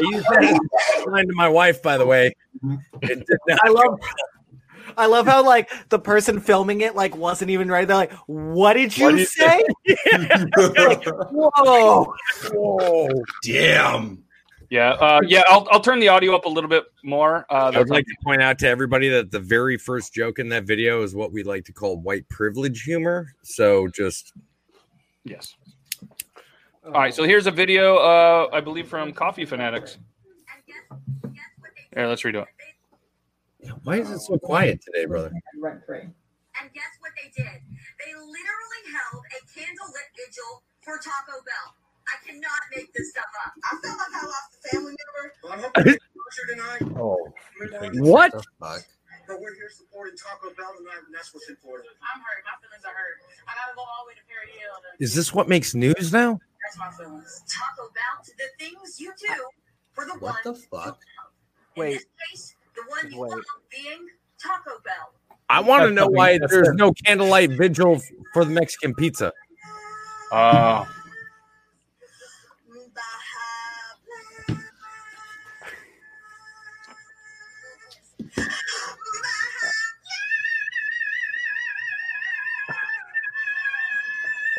[SPEAKER 3] used that line to my wife, by the way. It did not-
[SPEAKER 1] I love. I love how like the person filming it like wasn't even right. They're like, "What did you
[SPEAKER 3] What did you
[SPEAKER 1] say?" Whoa!
[SPEAKER 3] Whoa.
[SPEAKER 4] Damn.
[SPEAKER 2] Yeah, uh, yeah. I'll, I'll turn the audio up a little bit more. Uh,
[SPEAKER 3] I would like to point out to everybody that the very first joke in that video is what we like to call white privilege humor. So just
[SPEAKER 2] yes. All right, so here's a video. Uh, I believe from Coffee Fanatics. Here, let's redo it.
[SPEAKER 3] why is it so quiet today, brother?
[SPEAKER 9] And guess what they did? They literally held a candlelit vigil for Taco Bell. I cannot make this stuff up. I felt like I lost a family member. I'm hoping closure tonight.
[SPEAKER 3] Oh,
[SPEAKER 9] We're going,
[SPEAKER 3] what?
[SPEAKER 9] but we're here supporting Taco Bell tonight, and that's what's important. I'm hurt. My feelings are hurt. I gotta go all the way to Perry Hill.
[SPEAKER 3] Is this what makes news now?
[SPEAKER 9] That's my feelings. Taco Bell, the things you do for the
[SPEAKER 4] What
[SPEAKER 9] one.
[SPEAKER 4] the fuck?
[SPEAKER 9] In
[SPEAKER 1] Wait,
[SPEAKER 9] this case, the one you
[SPEAKER 1] Wait.
[SPEAKER 9] love being Taco Bell.
[SPEAKER 3] I want to
[SPEAKER 5] That's
[SPEAKER 3] know
[SPEAKER 5] something-
[SPEAKER 3] why
[SPEAKER 5] that's
[SPEAKER 3] there's
[SPEAKER 5] it.
[SPEAKER 3] no candlelight vigil f- for the Mexican pizza.
[SPEAKER 2] Uh,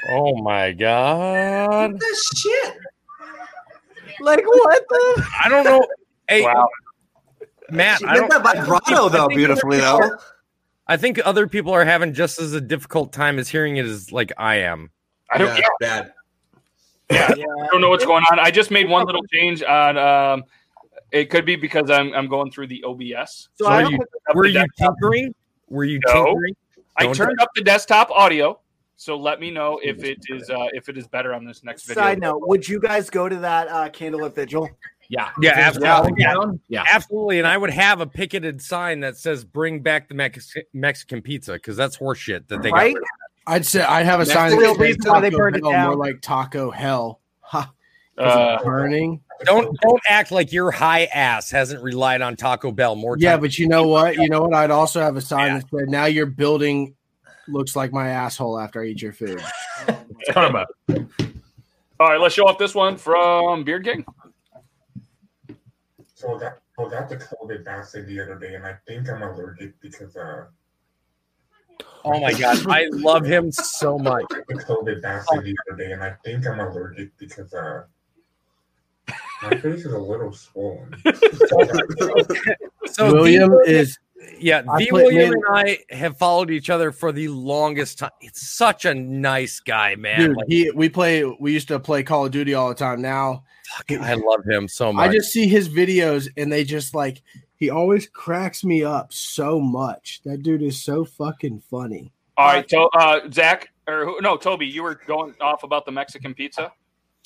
[SPEAKER 3] Oh my god!
[SPEAKER 1] like what the?
[SPEAKER 3] I don't know. Hey,
[SPEAKER 2] wow.
[SPEAKER 3] Matt,
[SPEAKER 4] She
[SPEAKER 3] I
[SPEAKER 4] did
[SPEAKER 3] don't.
[SPEAKER 4] that vibrato though beautifully though.
[SPEAKER 3] I think other people are having just as a difficult time as hearing it as like I am.
[SPEAKER 2] I don't.
[SPEAKER 4] yeah, bad.
[SPEAKER 2] I don't know what's going on. I just made one little change on. Um, it could be because I'm I'm going through the OBS.
[SPEAKER 1] So
[SPEAKER 3] So
[SPEAKER 1] I
[SPEAKER 3] are
[SPEAKER 1] don't
[SPEAKER 3] you-
[SPEAKER 1] think-
[SPEAKER 2] Up
[SPEAKER 3] Were
[SPEAKER 2] the
[SPEAKER 3] you
[SPEAKER 2] desktop.
[SPEAKER 3] tinkering? Were you
[SPEAKER 2] No.
[SPEAKER 3] tinkering?
[SPEAKER 2] I
[SPEAKER 3] Don't
[SPEAKER 2] turned up the desktop audio, so let me know if it is uh, if it is better on this next video.
[SPEAKER 1] Side note: Would you guys go to that uh, candlelit vigil?
[SPEAKER 5] Yeah.
[SPEAKER 3] Yeah, absolutely.
[SPEAKER 5] Yeah. yeah.
[SPEAKER 3] Absolutely, and I would have a picketed sign that says "Bring back the Mex- Mexican pizza" because that's horseshit that they
[SPEAKER 1] Right?
[SPEAKER 3] got. Rid of.
[SPEAKER 6] I'd say I'd have a
[SPEAKER 4] That's
[SPEAKER 6] sign
[SPEAKER 4] the
[SPEAKER 6] that
[SPEAKER 4] real
[SPEAKER 6] says
[SPEAKER 1] reason why they
[SPEAKER 6] Taco
[SPEAKER 1] burned it
[SPEAKER 6] Hell,
[SPEAKER 1] down.
[SPEAKER 6] more like Taco Hell. Ha, 'cause
[SPEAKER 2] Uh,
[SPEAKER 6] it's burning.
[SPEAKER 3] Don't don't act like your high ass hasn't relied on Taco Bell more.
[SPEAKER 6] Yeah,
[SPEAKER 3] times.
[SPEAKER 6] but you know what? You know what? I'd also have a sign that said, "Now your building looks like my asshole after I eat your food."
[SPEAKER 5] Karma.
[SPEAKER 2] all right, let's show off this one from Beard Gang.
[SPEAKER 9] So I got, so I got the COVID vaccine the other day, and I think I'm allergic because uh,
[SPEAKER 3] oh my god, I love him so much.
[SPEAKER 9] I got the COVID vaccine the other day, and I think I'm allergic because uh, my face is a little swollen.
[SPEAKER 3] So
[SPEAKER 6] William
[SPEAKER 3] the-
[SPEAKER 6] is
[SPEAKER 3] yeah,
[SPEAKER 6] I
[SPEAKER 3] the
[SPEAKER 6] put
[SPEAKER 3] William
[SPEAKER 6] him-
[SPEAKER 3] and I have followed each other for the longest time. It's such a nice guy, man.
[SPEAKER 6] dude.
[SPEAKER 3] Like,
[SPEAKER 6] He we play we used to play Call of Duty all the time. Now
[SPEAKER 3] fucking- I love him so much.
[SPEAKER 6] I just see his videos and they just like he always cracks me up so much. That dude is so fucking funny.
[SPEAKER 2] All right, to, uh, Zach or who, no Toby, you were going off about the Mexican pizza.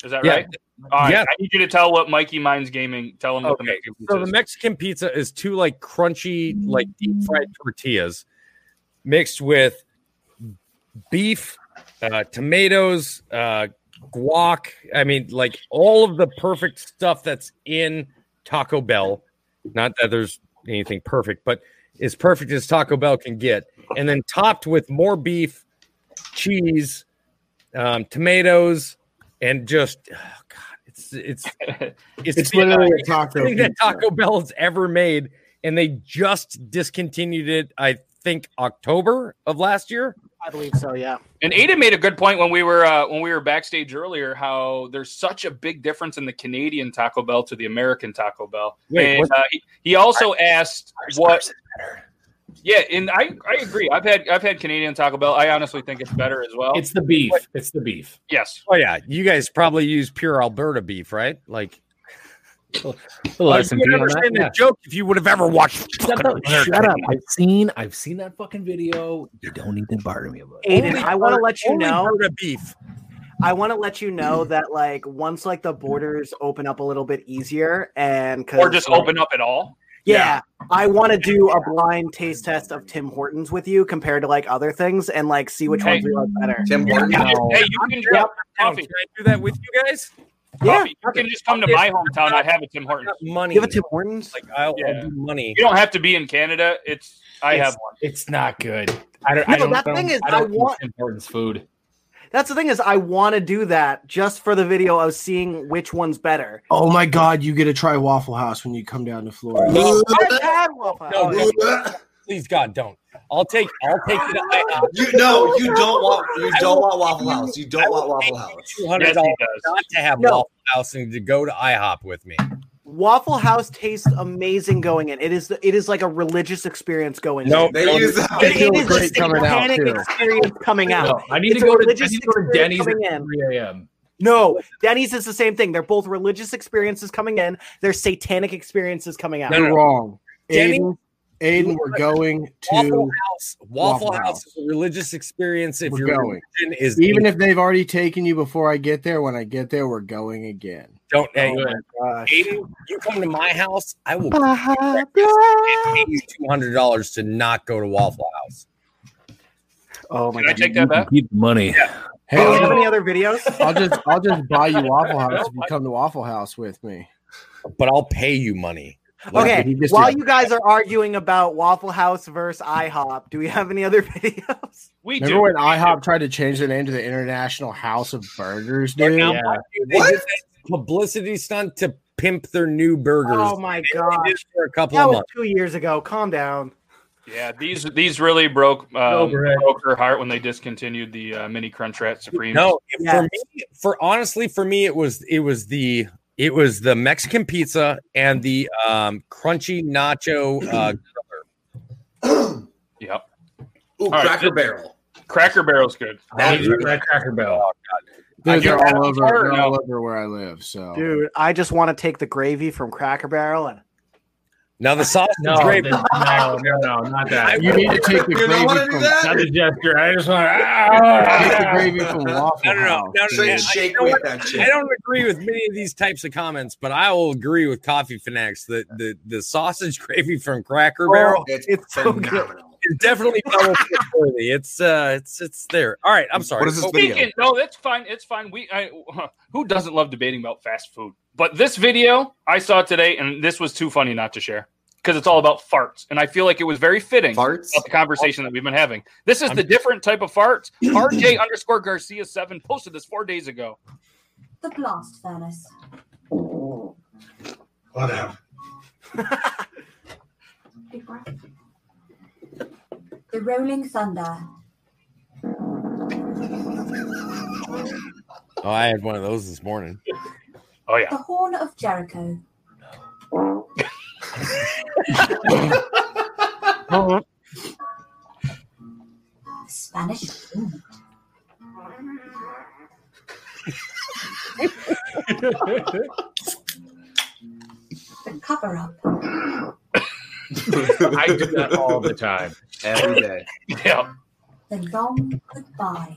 [SPEAKER 2] Is that
[SPEAKER 3] Yeah.
[SPEAKER 2] right? All right,
[SPEAKER 3] Yeah.
[SPEAKER 2] I need you to tell what Mikey Minds Gaming. Tell him what the
[SPEAKER 3] Okay,
[SPEAKER 2] Mexican pizza
[SPEAKER 3] So the
[SPEAKER 2] is.
[SPEAKER 3] Mexican pizza is two like crunchy, like deep fried
[SPEAKER 6] Mm.
[SPEAKER 3] tortillas mixed with beef, uh, tomatoes, uh, guac. I mean, like all of the perfect stuff that's in Taco Bell. Not that there's anything perfect, but as perfect as Taco Bell can get. And then topped with more beef, cheese, um, tomatoes, and just, oh God, it's, it's, it's,
[SPEAKER 6] It's
[SPEAKER 3] the-
[SPEAKER 6] literally a taco.
[SPEAKER 3] I think that
[SPEAKER 6] pizza.
[SPEAKER 3] Taco Bell's ever made, and they just discontinued it. I think October of last year.
[SPEAKER 1] I believe so. Yeah.
[SPEAKER 2] And Ada made a good point when we were uh, when we were backstage earlier. How there's such a big difference in the Canadian Taco Bell to the American Taco Bell.
[SPEAKER 3] Wait,
[SPEAKER 2] and
[SPEAKER 3] what-
[SPEAKER 2] uh, he, he also asked what. Yeah, and I, I agree. I've had I've had Canadian Taco Bell. I honestly think it's better as well.
[SPEAKER 5] It's the beef. It's the beef.
[SPEAKER 2] yes.
[SPEAKER 3] Oh yeah, you guys probably use pure Alberta beef, right? Like
[SPEAKER 5] Like,
[SPEAKER 3] you would understand the joke if you would have ever watched.
[SPEAKER 5] Shut up! Shut up! I've seen, I've seen that fucking video. You don't need to bother me about it.
[SPEAKER 1] Aiden, I want to let you
[SPEAKER 3] only
[SPEAKER 1] know.
[SPEAKER 3] Alberta beef.
[SPEAKER 1] I want to let you know that like once like the borders open up a little bit easier and 'cause,
[SPEAKER 2] or just
[SPEAKER 1] like,
[SPEAKER 2] open up at all.
[SPEAKER 1] Yeah, I want to do a blind taste test of Tim Hortons with you compared to like other things and like see which
[SPEAKER 2] Hey.
[SPEAKER 1] ones we like better.
[SPEAKER 4] Tim Hortons.
[SPEAKER 2] Hey, you can drop coffee.
[SPEAKER 3] Can I do that with you guys?
[SPEAKER 1] Yeah,
[SPEAKER 2] Coffee. You can just come to my hometown. I have a Tim Hortons.
[SPEAKER 3] Money.
[SPEAKER 1] give it Tim Hortons.
[SPEAKER 3] like I'll,
[SPEAKER 2] Yeah.
[SPEAKER 3] I'll do money.
[SPEAKER 2] You don't have to be in Canada. It's I
[SPEAKER 5] it's,
[SPEAKER 2] have one.
[SPEAKER 5] It's not good. I don't. I
[SPEAKER 1] No,
[SPEAKER 5] don't,
[SPEAKER 1] that
[SPEAKER 5] I don't-
[SPEAKER 1] thing is,
[SPEAKER 5] I, don't
[SPEAKER 1] I want-
[SPEAKER 5] eat Tim Hortons food.
[SPEAKER 1] That's the thing is, I want to do that just for the video of seeing which one's better.
[SPEAKER 6] Oh my God, you get to try Waffle House when you come down to Florida.
[SPEAKER 1] I've had Waffle House.
[SPEAKER 3] Oh, No, no, please God, don't. I'll take. I'll take it. I, uh,
[SPEAKER 4] You no, you don't want you don't want Waffle House. You don't want Waffle House.
[SPEAKER 3] Two hundred
[SPEAKER 2] Yes, he
[SPEAKER 3] dollars
[SPEAKER 2] does.
[SPEAKER 3] not to have
[SPEAKER 1] No.
[SPEAKER 3] Waffle House and to go to IHOP with me.
[SPEAKER 1] Waffle House tastes amazing going in. It is the, it is like a religious experience going in.
[SPEAKER 4] They use uh,
[SPEAKER 1] It- it is
[SPEAKER 6] Feels great
[SPEAKER 1] just a
[SPEAKER 6] coming out,
[SPEAKER 1] panic
[SPEAKER 6] too.
[SPEAKER 1] experience coming out.
[SPEAKER 5] No, I need
[SPEAKER 1] It's
[SPEAKER 5] to
[SPEAKER 1] a
[SPEAKER 5] go to. I
[SPEAKER 1] religious
[SPEAKER 5] need to go to Denny's at
[SPEAKER 1] experience coming in.
[SPEAKER 5] three a.m.
[SPEAKER 1] No, Denny's is the same thing. They're both religious experiences coming in. They're satanic experiences coming out.
[SPEAKER 3] No,
[SPEAKER 6] You're wrong.
[SPEAKER 3] Denny-
[SPEAKER 6] Aiden, Aiden, we're going
[SPEAKER 3] Waffle
[SPEAKER 6] to
[SPEAKER 3] House. Waffle,
[SPEAKER 6] Waffle
[SPEAKER 3] House is a religious experience. If
[SPEAKER 6] We're
[SPEAKER 3] your
[SPEAKER 6] going.
[SPEAKER 3] religion is
[SPEAKER 6] even if they've already taken you before I get there. When I get there, we're going again.
[SPEAKER 3] don't hey,
[SPEAKER 5] Good.
[SPEAKER 1] Gosh.
[SPEAKER 3] Aiden, you come to my house, I will pay you two hundred dollars to not go to Waffle House.
[SPEAKER 1] Oh my
[SPEAKER 2] Can I
[SPEAKER 1] god.
[SPEAKER 2] take that back?
[SPEAKER 5] Keep the money.
[SPEAKER 6] Hey,
[SPEAKER 1] Do you have
[SPEAKER 6] I'll,
[SPEAKER 1] any other videos?
[SPEAKER 6] I'll just I'll just buy you Waffle House if you come to Waffle House with me.
[SPEAKER 3] But I'll pay you money.
[SPEAKER 6] Like,
[SPEAKER 1] Okay.
[SPEAKER 6] he just
[SPEAKER 1] While
[SPEAKER 6] did-
[SPEAKER 1] you guys are arguing about Waffle House versus IHOP, do we have any other videos?
[SPEAKER 2] We do.
[SPEAKER 6] Remember when IHOP tried to change their name to the International House of Burgers, dude?
[SPEAKER 3] Now,
[SPEAKER 5] Yeah.
[SPEAKER 3] mind you, they did that publicity stunt to pimp their new burgers.
[SPEAKER 1] Oh my
[SPEAKER 3] They did
[SPEAKER 1] gosh.
[SPEAKER 3] for a couple
[SPEAKER 1] That
[SPEAKER 3] of
[SPEAKER 1] was
[SPEAKER 3] months.
[SPEAKER 1] two years ago. Calm down.
[SPEAKER 2] Yeah, these these really broke um,
[SPEAKER 5] bread.
[SPEAKER 2] broke her heart when they discontinued the uh, mini Crunchwrap Supreme.
[SPEAKER 3] No, if-
[SPEAKER 1] Yeah.
[SPEAKER 3] for me, for honestly, for me, it was it was the it was the Mexican pizza and the um, crunchy nacho. Uh,
[SPEAKER 2] Yep.
[SPEAKER 4] Ooh,
[SPEAKER 2] right.
[SPEAKER 4] Cracker Barrel.
[SPEAKER 2] Cracker Barrel's good.
[SPEAKER 5] I need to try Cracker Barrel.
[SPEAKER 6] Dude,
[SPEAKER 2] you're
[SPEAKER 6] they're
[SPEAKER 2] out of
[SPEAKER 6] all over,
[SPEAKER 2] order
[SPEAKER 6] they're
[SPEAKER 2] now.
[SPEAKER 6] all over where I live. So
[SPEAKER 1] Dude, I just want to take the gravy from Cracker Barrel and
[SPEAKER 3] now the sausage
[SPEAKER 5] No,
[SPEAKER 3] gravy.
[SPEAKER 5] the- no, no, no, not that.
[SPEAKER 6] you need to take the
[SPEAKER 4] You don't want to
[SPEAKER 6] gravy
[SPEAKER 4] do
[SPEAKER 6] from
[SPEAKER 5] Not
[SPEAKER 4] that?
[SPEAKER 5] the gesture. I just want.
[SPEAKER 6] take the
[SPEAKER 5] to.
[SPEAKER 6] gravy from Waffle
[SPEAKER 3] No, no, no,
[SPEAKER 6] House.
[SPEAKER 3] no, no, no.
[SPEAKER 4] Shake, shake
[SPEAKER 3] know
[SPEAKER 4] with
[SPEAKER 3] what?
[SPEAKER 4] that
[SPEAKER 3] I
[SPEAKER 4] shit.
[SPEAKER 3] don't agree with many of these types of comments, but I will agree with Coffee Fanatics that the, the sausage gravy from Cracker Barrel
[SPEAKER 4] It's,
[SPEAKER 1] it's so good.
[SPEAKER 4] phenomenal.
[SPEAKER 3] is definitely double worthy. It's uh, it's it's there. All right, I'm sorry.
[SPEAKER 4] What is this
[SPEAKER 3] Oh,
[SPEAKER 4] video?
[SPEAKER 2] Speaking, no, that's fine. It's fine. We I, who doesn't love debating about fast food? But this video I saw today, and this was too funny not to share because it's all about farts, and I feel like it was very fitting
[SPEAKER 4] Farts.
[SPEAKER 2] about the conversation that we've been having. This is the different type of farts. RJ underscore Garcia seven posted this four days ago.
[SPEAKER 9] The blast furnace.
[SPEAKER 8] Whatever.
[SPEAKER 9] Big breath. The rolling thunder.
[SPEAKER 3] Oh, I had one of those this morning.
[SPEAKER 2] Oh yeah,
[SPEAKER 9] The horn of Jericho. Spanish. the cover up.
[SPEAKER 5] I do that all the time.
[SPEAKER 4] Every day.
[SPEAKER 2] yeah.
[SPEAKER 9] The long goodbye.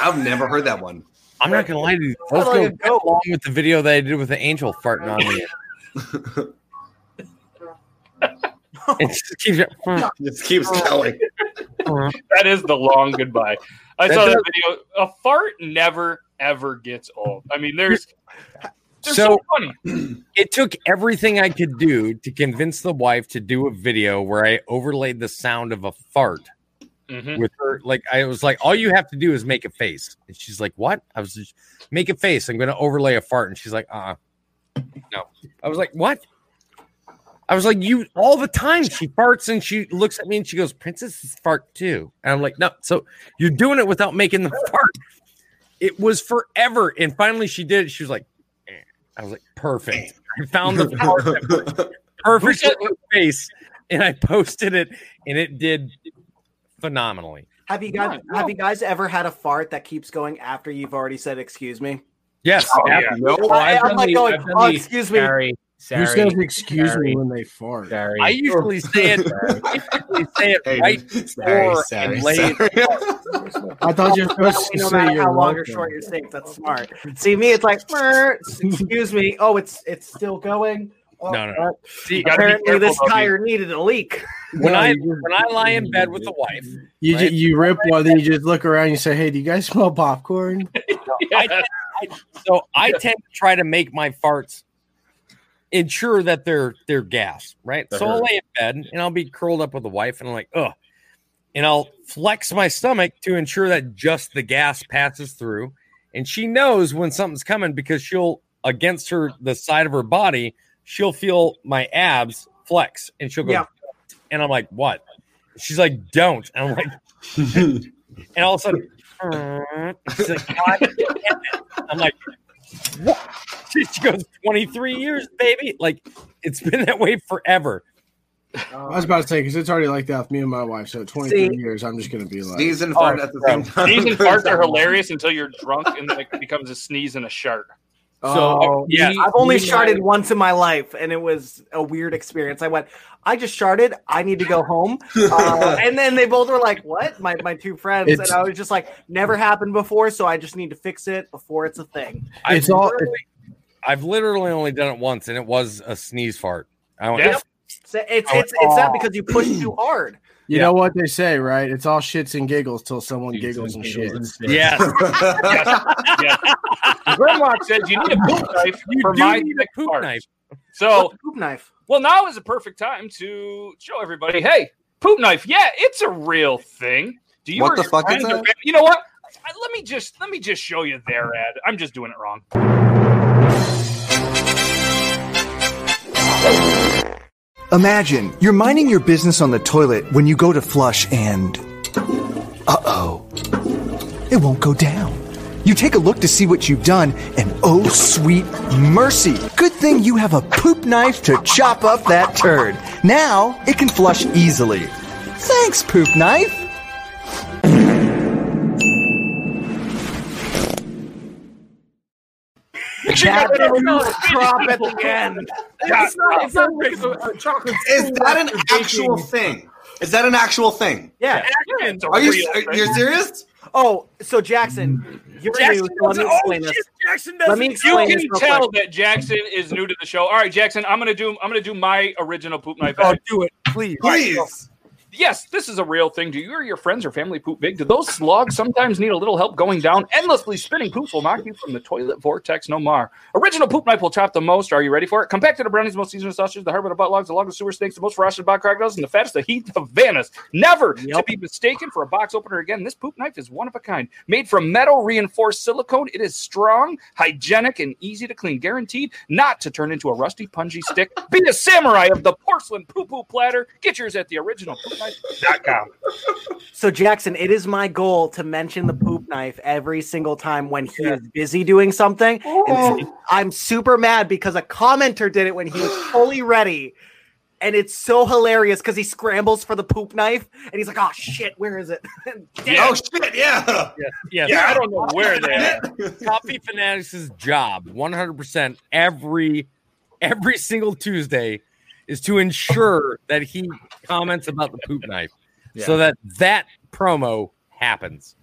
[SPEAKER 4] I've never heard that one.
[SPEAKER 3] I'm not gonna lie to you. Those
[SPEAKER 1] Sounds like a
[SPEAKER 3] go
[SPEAKER 1] goat.
[SPEAKER 3] along with the video that I did with the angel farting on me. it just keeps.
[SPEAKER 4] It keeps going.
[SPEAKER 2] That is the long goodbye. I
[SPEAKER 3] That
[SPEAKER 2] saw that
[SPEAKER 3] does-
[SPEAKER 2] video. A fart never ever gets old. I mean, there's they're so,
[SPEAKER 3] So-
[SPEAKER 2] funny.
[SPEAKER 3] It took everything I could do to convince the wife to do a video where I overlaid the sound of a fart
[SPEAKER 2] Mhm.
[SPEAKER 3] with her. Like I was like, all you have to do is make a face, and she's like, "What?" I was just, make a face. I'm gonna overlay a fart, and she's like, "Uh, uh no." I was like, "What?" I was like, "You all the time." She farts, and she looks at me, and she goes, "Princess is fart too." And I'm like, "No." So you're doing it without making the fart. It was forever, and finally she did it. She was like, eh. "I was like, perfect." I found the fart that perfect
[SPEAKER 2] Who said-
[SPEAKER 3] in her face, and I posted it, and it did phenomenally.
[SPEAKER 1] have you guys have you guys ever had a fart that keeps going after you've already said excuse me?
[SPEAKER 3] Yes.
[SPEAKER 2] Oh, yeah.
[SPEAKER 3] absolutely.
[SPEAKER 5] No,
[SPEAKER 1] I, am like going, oh, excuse me.
[SPEAKER 5] Harry,
[SPEAKER 6] Who
[SPEAKER 5] Sorry.
[SPEAKER 6] says excuse
[SPEAKER 5] Sorry.
[SPEAKER 6] me when they fart?
[SPEAKER 5] Sorry.
[SPEAKER 3] I usually say it. I usually say it
[SPEAKER 4] Hey,
[SPEAKER 3] right
[SPEAKER 4] sorry,
[SPEAKER 3] before
[SPEAKER 4] sorry,
[SPEAKER 3] and lay it
[SPEAKER 6] I thought you were supposed to
[SPEAKER 1] no
[SPEAKER 6] say
[SPEAKER 1] matter
[SPEAKER 6] you're
[SPEAKER 1] how long or
[SPEAKER 6] welcome.
[SPEAKER 1] short you're safe. That's smart. See me, it's like, "Mer, excuse me. Oh, it's it's still going. Oh,
[SPEAKER 3] No, no,
[SPEAKER 1] uh,
[SPEAKER 3] See,
[SPEAKER 2] gotta be
[SPEAKER 1] apparently,
[SPEAKER 2] careful,
[SPEAKER 1] this
[SPEAKER 2] Bubby.
[SPEAKER 1] tire needed a leak.
[SPEAKER 3] when
[SPEAKER 6] No,
[SPEAKER 3] I
[SPEAKER 6] you just-
[SPEAKER 3] when I lie in bed with the wife,
[SPEAKER 6] You ju-
[SPEAKER 3] Right?
[SPEAKER 6] you rip one, then you just look around. and You say, "Hey, do you guys smell popcorn?"
[SPEAKER 2] Yeah.
[SPEAKER 3] so I tend to try to make my farts ensure that they're they're gas, right?
[SPEAKER 5] They're
[SPEAKER 3] so I'll
[SPEAKER 5] hurt.
[SPEAKER 3] lay in bed and I'll be curled up with the wife, and I'm like, ugh. And I'll flex my stomach to ensure that just the gas passes through. And she knows when something's coming because she'll against her the side of her body, she'll feel my abs flex and she'll go,
[SPEAKER 1] Yeah.
[SPEAKER 3] and I'm like, what? She's like, don't. And I'm like, and all of a sudden, "Uh," she's like, "God damn it." I'm like, what? She she goes, 23 years, baby. Like, it's been that way forever.
[SPEAKER 6] I was about to say because it's already like that with me and my wife. So twenty three years, I'm just gonna be like,
[SPEAKER 4] Sneeze and fart at the same time.
[SPEAKER 2] Sneeze and farts are hilarious until you're drunk and then it becomes a sneeze and a shart.
[SPEAKER 1] uh,
[SPEAKER 6] "Oh,
[SPEAKER 3] yeah.
[SPEAKER 1] I've only sharded once in my life, and it was a weird experience. I went, I just sharded. I need to go home. Uh, and then they both were like, "What?" My my two friends,
[SPEAKER 6] It's-
[SPEAKER 1] and I was just like, "Never happened before, so I just need to fix it before it's a thing."
[SPEAKER 6] It's all-
[SPEAKER 3] literally- I've literally only done it once, and it was a sneeze fart. I went,
[SPEAKER 2] Yeah.
[SPEAKER 1] So it's
[SPEAKER 3] Oh,
[SPEAKER 1] it's it's not because you push too hard.
[SPEAKER 6] you
[SPEAKER 3] Yeah.
[SPEAKER 6] know what they say, right? It's all shits and giggles till someone
[SPEAKER 5] Jesus,
[SPEAKER 6] giggles and
[SPEAKER 5] giggles and
[SPEAKER 6] shits."
[SPEAKER 5] shits.
[SPEAKER 3] yes,
[SPEAKER 2] Grandma says you need a poop knife
[SPEAKER 3] You
[SPEAKER 2] for
[SPEAKER 3] do
[SPEAKER 2] my
[SPEAKER 3] need a
[SPEAKER 2] thick
[SPEAKER 3] poop
[SPEAKER 2] farts.
[SPEAKER 3] knife. Oh.
[SPEAKER 2] So
[SPEAKER 1] Poop knife.
[SPEAKER 2] Well, now is a perfect time to show everybody. Hey, poop knife. Yeah, it's a real thing. Do you
[SPEAKER 4] What
[SPEAKER 2] or
[SPEAKER 4] the
[SPEAKER 2] your
[SPEAKER 4] fuck
[SPEAKER 2] friend
[SPEAKER 4] is
[SPEAKER 2] or-
[SPEAKER 4] that?
[SPEAKER 2] You know what? I- let me just let me just show you their ad. I'm just doing it wrong.
[SPEAKER 10] Imagine you're minding your business on the toilet when you go to flush and. Uh oh. It won't go down. You take a look to see what you've done, and oh sweet mercy! Good thing you have a poop knife to chop up that turd. Now it can flush easily. Thanks, poop knife!
[SPEAKER 1] That little drop at the end.
[SPEAKER 5] It's not, it's not like it's a, a chocolate.
[SPEAKER 4] Is that an
[SPEAKER 5] You're baking.
[SPEAKER 4] actual thing? Is that an actual thing?
[SPEAKER 1] Yeah.
[SPEAKER 2] Yeah, it's a
[SPEAKER 4] Are you
[SPEAKER 2] real
[SPEAKER 4] are,
[SPEAKER 2] thing.
[SPEAKER 4] you're serious?
[SPEAKER 1] Oh, so Jackson, you're new. So let me
[SPEAKER 3] Jackson doesn't- oh,
[SPEAKER 1] explain this.
[SPEAKER 3] shit, Jackson
[SPEAKER 1] Let me
[SPEAKER 3] doesn't.
[SPEAKER 2] You
[SPEAKER 1] explain this.
[SPEAKER 2] can
[SPEAKER 1] real quick.
[SPEAKER 2] tell that Jackson is new to the show. All right, Jackson, I'm gonna do I'm gonna do my original poop knife.
[SPEAKER 3] Oh,
[SPEAKER 2] ad.
[SPEAKER 3] do it, please.
[SPEAKER 4] Please.
[SPEAKER 2] Yes, this is a real thing. Do you or your friends or family poop big? Do those slugs sometimes need a little help going down? Endlessly spinning poops will knock you from the toilet vortex no more. Original poop knife will chop the most. Are you ready for it? Compacted to brownies, most seasoned sausages, the herb of the butt logs, the log of sewer snakes, the most ferocious bog crocodiles, and the fattest of heath Havanas. Never to be mistaken for a box opener again. This poop knife is one of a kind. Made from metal reinforced silicone, it is strong, hygienic, and easy to clean. Guaranteed not to turn into a rusty, pungy stick. Be a samurai of the porcelain poo poo platter. Get yours at the original
[SPEAKER 1] So Jackson, it is my goal to mention the poop knife every single time when he is busy doing something. And
[SPEAKER 2] Oh.
[SPEAKER 1] so I'm super mad because a commenter did it when he was fully ready. And it's so hilarious because he scrambles for the poop knife and he's like, oh shit, where is it?
[SPEAKER 4] Oh shit! Yeah.
[SPEAKER 3] Yes.
[SPEAKER 2] Yeah, I don't know where they are.
[SPEAKER 3] Coffee Fanatics' job, 100% every every single Tuesday is to ensure that he comments about the poop knife so that that promo happens.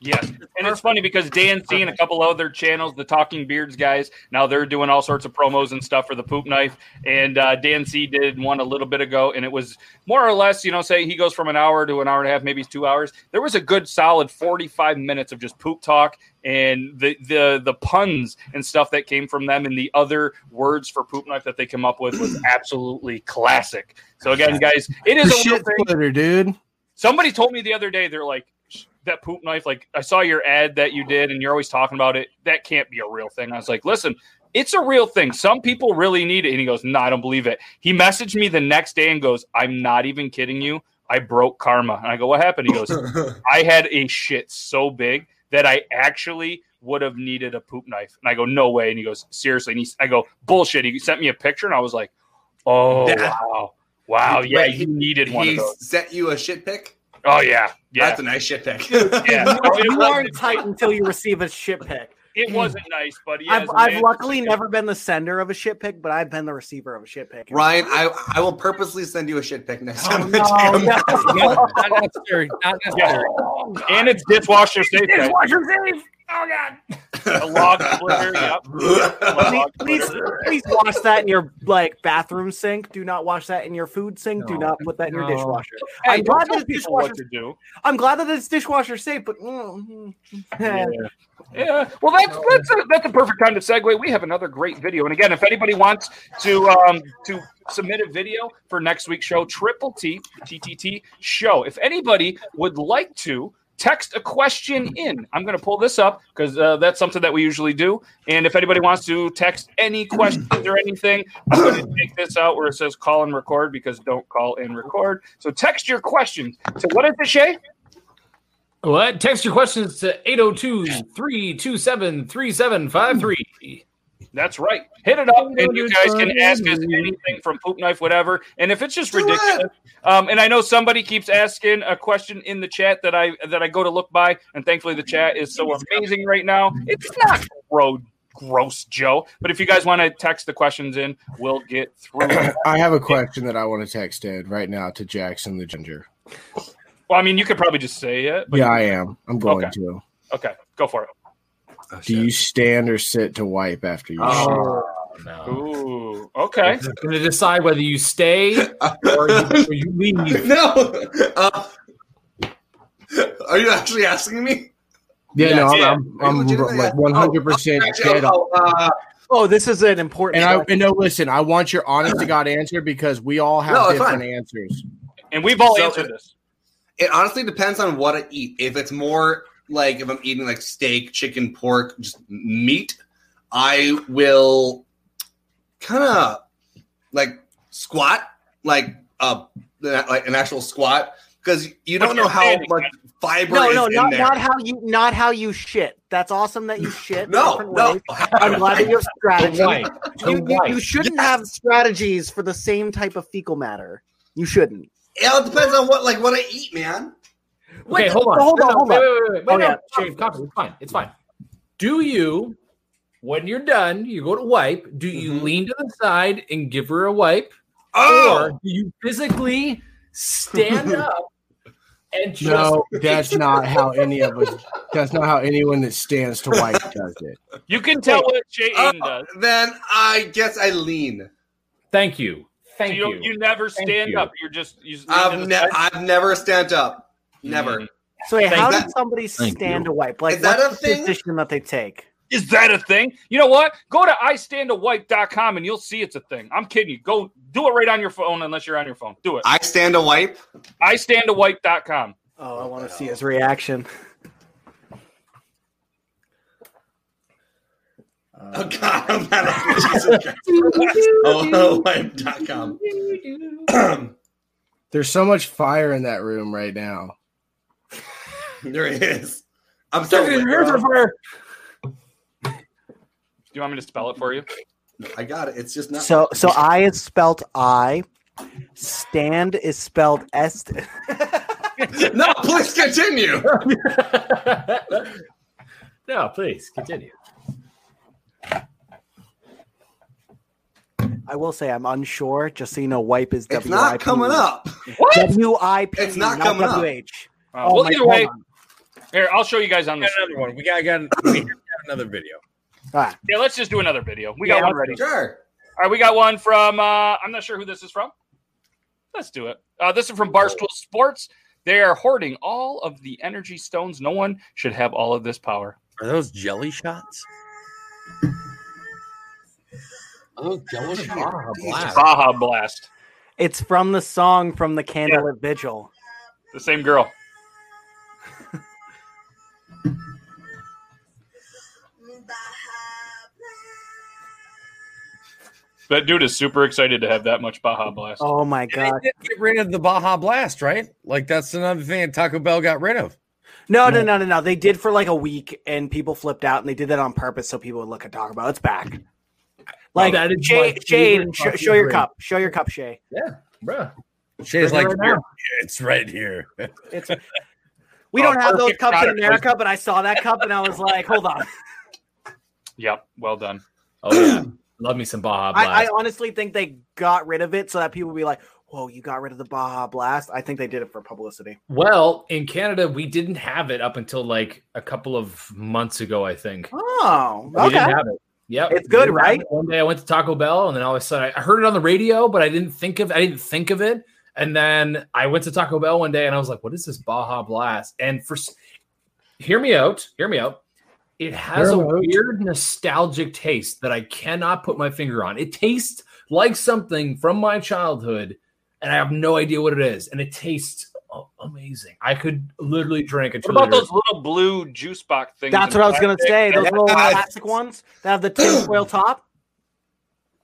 [SPEAKER 2] Yes. And it's funny because Dan C and a couple other channels, the Talking Beards guys, now they're doing all sorts of promos and stuff for the poop knife. And uh, Dan C did one a little bit ago, and it was more or less, you know, say he goes from an hour to an hour and a half, maybe it's two hours. There was a good solid 45 minutes of just poop talk and the, the, the puns and stuff that came from them and the other words for poop knife that they come up with was absolutely classic. So, again, guys, it is a real
[SPEAKER 6] Shit
[SPEAKER 2] thing.
[SPEAKER 6] splitter, dude.
[SPEAKER 2] Somebody told me the other day, they're like, "Sh- that poop knife, like, I saw your ad that you did, and you're always talking about it. That can't be a real thing. I was like, listen, it's a real thing. Some people really need it. And he goes, no, I don't believe it. He messaged me the next day and goes, I'm not even kidding you. I broke karma. And I go, what happened? He goes, I had a shit so big that I actually would have needed a poop knife. And I go, no way. And he goes, seriously. And he, I go, bullshit. He sent me a picture, and I was like, oh,
[SPEAKER 4] That-
[SPEAKER 2] wow. Wow. Yeah,
[SPEAKER 4] Wait,
[SPEAKER 2] you needed one of
[SPEAKER 4] he
[SPEAKER 2] those.
[SPEAKER 4] sent you a shit pick.
[SPEAKER 2] Oh, yeah. Yeah.
[SPEAKER 4] That's a nice shit pick.
[SPEAKER 2] Yeah.
[SPEAKER 1] you aren't tight until you receive a shit pick.
[SPEAKER 2] it wasn't nice, but yeah,
[SPEAKER 1] I've, I've luckily never been the sender of a shit pick, but I've been the receiver of a shit pick.
[SPEAKER 4] Ryan, I, I will purposely send you a shit pic
[SPEAKER 2] Oh,
[SPEAKER 4] next time.
[SPEAKER 1] no,
[SPEAKER 4] Come
[SPEAKER 1] no.
[SPEAKER 4] on.
[SPEAKER 1] Not
[SPEAKER 3] necessary. Not
[SPEAKER 2] necessary. and it's dishwasher safe.
[SPEAKER 9] Dishwasher
[SPEAKER 2] safe. A log splitter. Yep.
[SPEAKER 4] Oh,
[SPEAKER 2] A
[SPEAKER 1] please,
[SPEAKER 2] log
[SPEAKER 1] please,
[SPEAKER 2] splitter.
[SPEAKER 1] please wash that in your like bathroom sink. Do not wash that in your food sink. Do not put that in your
[SPEAKER 2] No.
[SPEAKER 1] dishwasher.
[SPEAKER 2] Hey,
[SPEAKER 1] I'm
[SPEAKER 2] don't
[SPEAKER 1] glad
[SPEAKER 2] tell
[SPEAKER 1] that it's
[SPEAKER 2] people what
[SPEAKER 1] dishwasher.
[SPEAKER 2] to do.
[SPEAKER 1] I'm glad that it's dishwasher safe, but mm,
[SPEAKER 2] Yeah. Yeah. Well, that's that's a, that's a perfect time to segue. We have another great video, and again, if anybody wants to um, to submit a video for next week's show, Triple T TTT show. If anybody would like to. Text a question in. I'm going to pull this up because uh, that's something that we usually do. And if anybody wants to text any questions or anything, I'm going to take this out where it says call and record because don't call and record. So text your questions. So what is it, Shay?
[SPEAKER 5] What? Text your questions to 802-327-3753.
[SPEAKER 2] That's right. Hit it up, and you guys can ask us anything from poop knife, whatever. And if it's just ridiculous, um, and I know somebody keeps asking a question in the chat that I that I go to look by, and thankfully the chat is so amazing right now. It's not gro- gross, Joe. But if you guys want to text the questions in, we'll get through. it.
[SPEAKER 6] I have a question that I want to text in right now to Jackson the Ginger.
[SPEAKER 2] Well, I mean, you could probably just say it. But
[SPEAKER 6] Yeah, I am. I'm going
[SPEAKER 2] Okay.
[SPEAKER 6] to.
[SPEAKER 2] Okay, go for it.
[SPEAKER 6] Do you stand or sit to wipe after you?
[SPEAKER 5] Oh,
[SPEAKER 2] Ooh, okay.
[SPEAKER 5] It's going to decide whether you stay or you, or you leave.
[SPEAKER 4] No. Uh, are you actually asking me?
[SPEAKER 6] Yeah, no,
[SPEAKER 4] Yeah.
[SPEAKER 6] I'm, I'm, I'm
[SPEAKER 2] Oh,
[SPEAKER 6] like 100 percent dead. on.
[SPEAKER 4] Oh, uh,
[SPEAKER 1] Oh, this is an important.
[SPEAKER 6] And I
[SPEAKER 1] question.
[SPEAKER 6] and no, listen, I want your honest to God answer because we all have
[SPEAKER 4] No, it's
[SPEAKER 6] different
[SPEAKER 4] fine.
[SPEAKER 6] answers.
[SPEAKER 2] and we've all
[SPEAKER 4] So-
[SPEAKER 2] answered this.
[SPEAKER 4] It honestly depends on what I eat. If it's more like if I'm eating like steak, chicken, pork, just meat, I will kind of like squat, like uh, like an actual squat, because you don't know how much fiber
[SPEAKER 1] No,
[SPEAKER 4] is
[SPEAKER 1] no,
[SPEAKER 4] in
[SPEAKER 1] not,
[SPEAKER 4] there.
[SPEAKER 1] not how you not how you shit. That's awesome that you shit.
[SPEAKER 4] No,
[SPEAKER 1] different
[SPEAKER 4] no.
[SPEAKER 1] ways. I'm glad that you have strategy.
[SPEAKER 5] Why?
[SPEAKER 1] You, you,
[SPEAKER 5] Why?
[SPEAKER 1] you shouldn't have strategies for the same type of fecal matter. You shouldn't.
[SPEAKER 4] it all depends on what like what I eat, man.
[SPEAKER 5] Okay,
[SPEAKER 1] Wait,
[SPEAKER 5] hold on.
[SPEAKER 1] hold
[SPEAKER 5] No,
[SPEAKER 1] on,
[SPEAKER 5] no,
[SPEAKER 1] hold
[SPEAKER 5] wait,
[SPEAKER 1] on.
[SPEAKER 5] Wait, wait, wait. wait
[SPEAKER 1] Oh,
[SPEAKER 5] no,
[SPEAKER 1] yeah,
[SPEAKER 5] Shane, copy. It's fine. It's fine. Do you, when you're done, you go to wipe, do you
[SPEAKER 1] Mm-hmm.
[SPEAKER 5] lean to the side and give her a wipe?
[SPEAKER 4] Oh,
[SPEAKER 1] Oh!
[SPEAKER 5] Or do you physically stand up and just.
[SPEAKER 6] No, that's not how any of us. That's not how anyone that stands to wipe does it.
[SPEAKER 2] You
[SPEAKER 5] uh,
[SPEAKER 2] can tell what Jay Aiden does.
[SPEAKER 4] Then I guess I lean.
[SPEAKER 5] Thank you. Thank
[SPEAKER 2] You, don't,
[SPEAKER 5] you.
[SPEAKER 2] you never stand
[SPEAKER 5] you.
[SPEAKER 2] up. You're just you just lean to the
[SPEAKER 4] I've, ne-
[SPEAKER 2] side.
[SPEAKER 4] I've never stand up. Never.
[SPEAKER 1] So wait,
[SPEAKER 4] Thank
[SPEAKER 1] how
[SPEAKER 4] you.
[SPEAKER 1] did somebody
[SPEAKER 4] Thank
[SPEAKER 1] stand
[SPEAKER 4] you.
[SPEAKER 1] to wipe? Like
[SPEAKER 4] Is that
[SPEAKER 1] what's
[SPEAKER 4] a
[SPEAKER 1] the
[SPEAKER 4] thing?
[SPEAKER 1] position that they take?
[SPEAKER 2] Is that a thing? You know what? Go to istandawipe.com and you'll see it's a thing. I'm kidding you. Go do it right on your phone unless you're on your phone. Do it.
[SPEAKER 4] I stand a wipe.
[SPEAKER 2] istandawipe.com.
[SPEAKER 1] Oh, I want to see his reaction.
[SPEAKER 4] Oh God, I'm not a Jesus Christ. Oh, wipe.com.
[SPEAKER 6] There's so much fire in that room right now.
[SPEAKER 4] There it is. I'm so
[SPEAKER 5] Stuck in your hair
[SPEAKER 4] lit, bro.
[SPEAKER 5] for-
[SPEAKER 2] Do you want me to spell it for you?
[SPEAKER 4] I got it. It's just not.
[SPEAKER 1] So so I is spelt I. Stand is spelled S.
[SPEAKER 4] no, please continue.
[SPEAKER 5] No, please continue.
[SPEAKER 1] I will say I'm unsure. Just so you know, wipe is
[SPEAKER 4] It's
[SPEAKER 1] W I
[SPEAKER 4] not
[SPEAKER 1] P.
[SPEAKER 4] coming up.
[SPEAKER 2] What?
[SPEAKER 1] W I P.
[SPEAKER 4] It's not coming up.
[SPEAKER 1] W H.
[SPEAKER 2] Uh, well, either way, here, I'll show you guys on this.
[SPEAKER 3] Another one. We got, got, we got another video.
[SPEAKER 2] Yeah, let's just do another video. We
[SPEAKER 1] Yeah,
[SPEAKER 2] got one
[SPEAKER 1] let's
[SPEAKER 2] ready. All
[SPEAKER 4] Sure.
[SPEAKER 2] right, we got one from, uh, I'm not sure who this is from. Let's do it. Uh, this is from Barstool Sports. They are hoarding all of the energy stones. No one should have all of this power.
[SPEAKER 3] Are those jelly shots? Are those jelly shots?
[SPEAKER 2] Baja Blast.
[SPEAKER 1] It's from the song from the Candlelit Vigil.
[SPEAKER 2] The same girl. That dude is super excited to have that much Baja Blast.
[SPEAKER 1] Oh my
[SPEAKER 3] They
[SPEAKER 1] god!
[SPEAKER 3] did get rid of the Baja Blast, right? Like that's another thing that Taco Bell got rid of.
[SPEAKER 1] No, no, no, no, no. They did for like a week, and people flipped out, and they did that on purpose so people would look at Taco Bell. It's back. Like
[SPEAKER 5] that is
[SPEAKER 1] Shay,
[SPEAKER 5] my
[SPEAKER 1] Shay,
[SPEAKER 5] favorite
[SPEAKER 1] sh-
[SPEAKER 5] fucking
[SPEAKER 1] show your
[SPEAKER 5] drink.
[SPEAKER 1] cup. Show your cup, Shay.
[SPEAKER 5] Yeah, bruh.
[SPEAKER 3] Shay's like,
[SPEAKER 5] Right now.
[SPEAKER 3] it's right here.
[SPEAKER 1] It's we
[SPEAKER 2] Oh,
[SPEAKER 1] don't have those
[SPEAKER 2] perfect
[SPEAKER 1] cups in
[SPEAKER 2] product
[SPEAKER 1] America, but I saw that cup and I was like, hold on.
[SPEAKER 2] Yep. Well done.
[SPEAKER 5] Oh yeah. Love me some Baja Blast.
[SPEAKER 1] I, I honestly think they got rid of it so that people would be like, "Whoa, you got rid of the Baja Blast." I think they did it for publicity.
[SPEAKER 5] well, in Canada, we didn't have it up until like a couple of months ago, I think.
[SPEAKER 1] Oh,
[SPEAKER 5] We
[SPEAKER 1] okay.
[SPEAKER 5] didn't have it. Yep.
[SPEAKER 1] It's good,
[SPEAKER 5] We didn't have
[SPEAKER 1] right?
[SPEAKER 5] it. One day I went to Taco Bell and then all of a sudden I I heard it on the radio, but I didn't think of I didn't think of it. And then I went to Taco Bell one day and I was like, what is this Baja Blast? And for s- hear me out, hear me out. It has
[SPEAKER 6] Hear me
[SPEAKER 5] a
[SPEAKER 6] out.
[SPEAKER 5] weird nostalgic taste that I cannot put my finger on. It tastes like something from my childhood, and I have no idea what it is. And it tastes a- amazing. I could literally drink a two
[SPEAKER 2] What about
[SPEAKER 5] liter-
[SPEAKER 2] those little blue juice box things?
[SPEAKER 1] That's
[SPEAKER 2] in
[SPEAKER 1] what I was gonna
[SPEAKER 2] plastic?
[SPEAKER 1] say. Those little
[SPEAKER 4] Yeah.
[SPEAKER 1] plastic ones that have the tin foil top.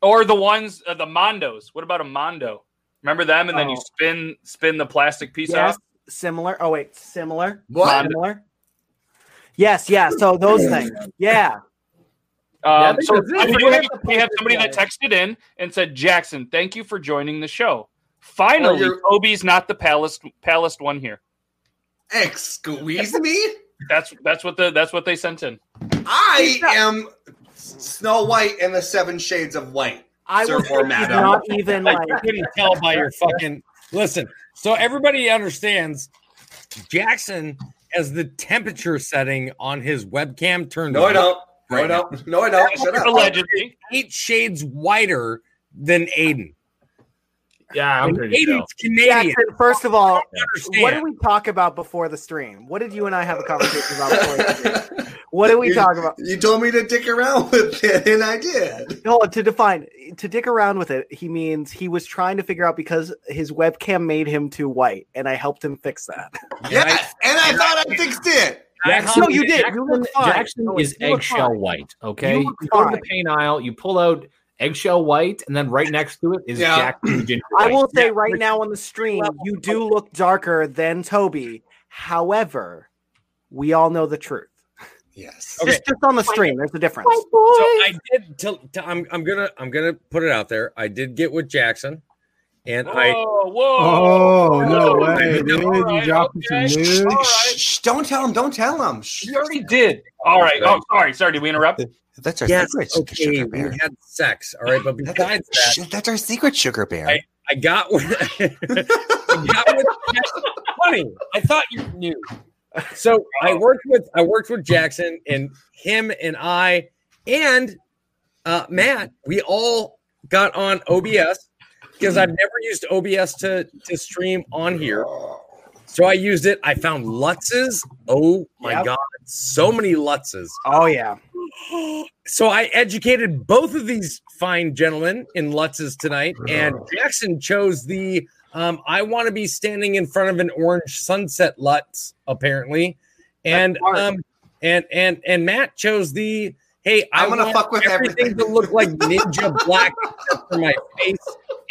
[SPEAKER 2] or the ones uh, the Mondos. What about a Mondo? Remember them, and then you
[SPEAKER 1] Oh.
[SPEAKER 2] spin spin the plastic piece
[SPEAKER 1] Yes,
[SPEAKER 2] out.
[SPEAKER 1] similar. Oh wait, similar.
[SPEAKER 4] What?
[SPEAKER 1] Similar. Yes, yeah. So those things. Yeah.
[SPEAKER 5] Yeah, I
[SPEAKER 2] Um,
[SPEAKER 5] think
[SPEAKER 2] so
[SPEAKER 5] that's it.
[SPEAKER 2] I mean,
[SPEAKER 5] Forget
[SPEAKER 2] we, have,
[SPEAKER 5] the
[SPEAKER 2] we have somebody that texted in and said, "Jackson, thank you for joining the show. Finally,
[SPEAKER 4] Oh, you're-
[SPEAKER 2] Kobe's not the palace palace one here.
[SPEAKER 4] Excuse me?
[SPEAKER 2] That's that's what the that's what they sent in.
[SPEAKER 4] I am Snow White and the Seven Shades of White.
[SPEAKER 1] I
[SPEAKER 4] Sir
[SPEAKER 1] was
[SPEAKER 4] or
[SPEAKER 1] thinking
[SPEAKER 4] Madam.
[SPEAKER 1] not even like
[SPEAKER 3] I couldn't tell by your fucking listen. So everybody understands Jackson as the temperature setting on his webcam turned
[SPEAKER 4] No, I
[SPEAKER 3] on
[SPEAKER 4] don't. No, I don't. No, I don't. Shut up.
[SPEAKER 2] Allegedly,
[SPEAKER 3] eight shades whiter than Aiden.
[SPEAKER 5] Yeah, I'm
[SPEAKER 3] And
[SPEAKER 5] pretty sure.
[SPEAKER 3] Aiden's Canadian.
[SPEAKER 1] Jackson. First of all,
[SPEAKER 3] I understand.
[SPEAKER 1] what did we talk about before the stream? What did you and I have a conversation about before the stream? What did we
[SPEAKER 4] You-
[SPEAKER 1] talk about?
[SPEAKER 4] You told me to dick around with it, and I did.
[SPEAKER 1] No, to define to dick around with it, he means he was trying to figure out because his webcam made him too white, and I helped him fix that.
[SPEAKER 4] Yeah, and I thought I fixed it.
[SPEAKER 3] Jackson-
[SPEAKER 1] No, you did. You look fine.
[SPEAKER 5] Jackson
[SPEAKER 1] No,
[SPEAKER 5] is
[SPEAKER 1] you look
[SPEAKER 5] eggshell
[SPEAKER 1] fine.
[SPEAKER 5] white. Okay,
[SPEAKER 1] You
[SPEAKER 5] you,
[SPEAKER 1] look
[SPEAKER 5] go to the
[SPEAKER 1] fine.
[SPEAKER 5] paint aisle, you pull out eggshell white, and then right next to it is
[SPEAKER 4] Yeah.
[SPEAKER 5] Jackson ginger
[SPEAKER 1] I
[SPEAKER 5] white.
[SPEAKER 1] will say right now on the stream, you do look darker than Toby. However, we all know the truth.
[SPEAKER 4] Yes.
[SPEAKER 3] Okay.
[SPEAKER 1] Just, just on the stream, there's a difference.
[SPEAKER 3] So I did. To, to, I'm, I'm gonna I'm gonna put it out there. I did get with Jackson, and
[SPEAKER 2] whoa,
[SPEAKER 3] I
[SPEAKER 2] whoa,
[SPEAKER 6] Oh no
[SPEAKER 2] Oh,
[SPEAKER 6] way!
[SPEAKER 2] man.
[SPEAKER 6] Dude,
[SPEAKER 2] All
[SPEAKER 6] you
[SPEAKER 2] right,
[SPEAKER 6] dropping
[SPEAKER 2] okay.
[SPEAKER 6] some
[SPEAKER 4] Shh,
[SPEAKER 6] news?
[SPEAKER 2] All right.
[SPEAKER 4] shh, shh, don't tell him. Don't tell him. Shh.
[SPEAKER 2] you already did. All right. Oh, sorry, sorry. Did we interrupt?
[SPEAKER 9] That's our
[SPEAKER 3] yes,
[SPEAKER 9] secret.
[SPEAKER 3] okay,
[SPEAKER 9] sugar
[SPEAKER 3] we
[SPEAKER 9] bear.
[SPEAKER 3] had sex. All right, but besides that,
[SPEAKER 9] Sh- that's our secret sugar bear.
[SPEAKER 3] I- I got with, I got with Jackson. Funny, I thought you knew. So I worked with I worked with Jackson and him and I and uh, Matt. We all got on OBS because I've never used OBS to to stream on here. So I used it. I found Lutzes. Oh my
[SPEAKER 1] Yep.
[SPEAKER 3] god, so many Lutzes.
[SPEAKER 1] Oh yeah.
[SPEAKER 3] So I educated both of these fine gentlemen in Lutz's tonight, and Jackson chose the um, I want to be standing in front of an orange sunset Lutz, apparently. And
[SPEAKER 1] smart.
[SPEAKER 3] um, and and and Matt chose the hey, I
[SPEAKER 4] I'm gonna
[SPEAKER 3] want
[SPEAKER 4] fuck with
[SPEAKER 3] everything,
[SPEAKER 4] everything.
[SPEAKER 3] to look like ninja black except for my face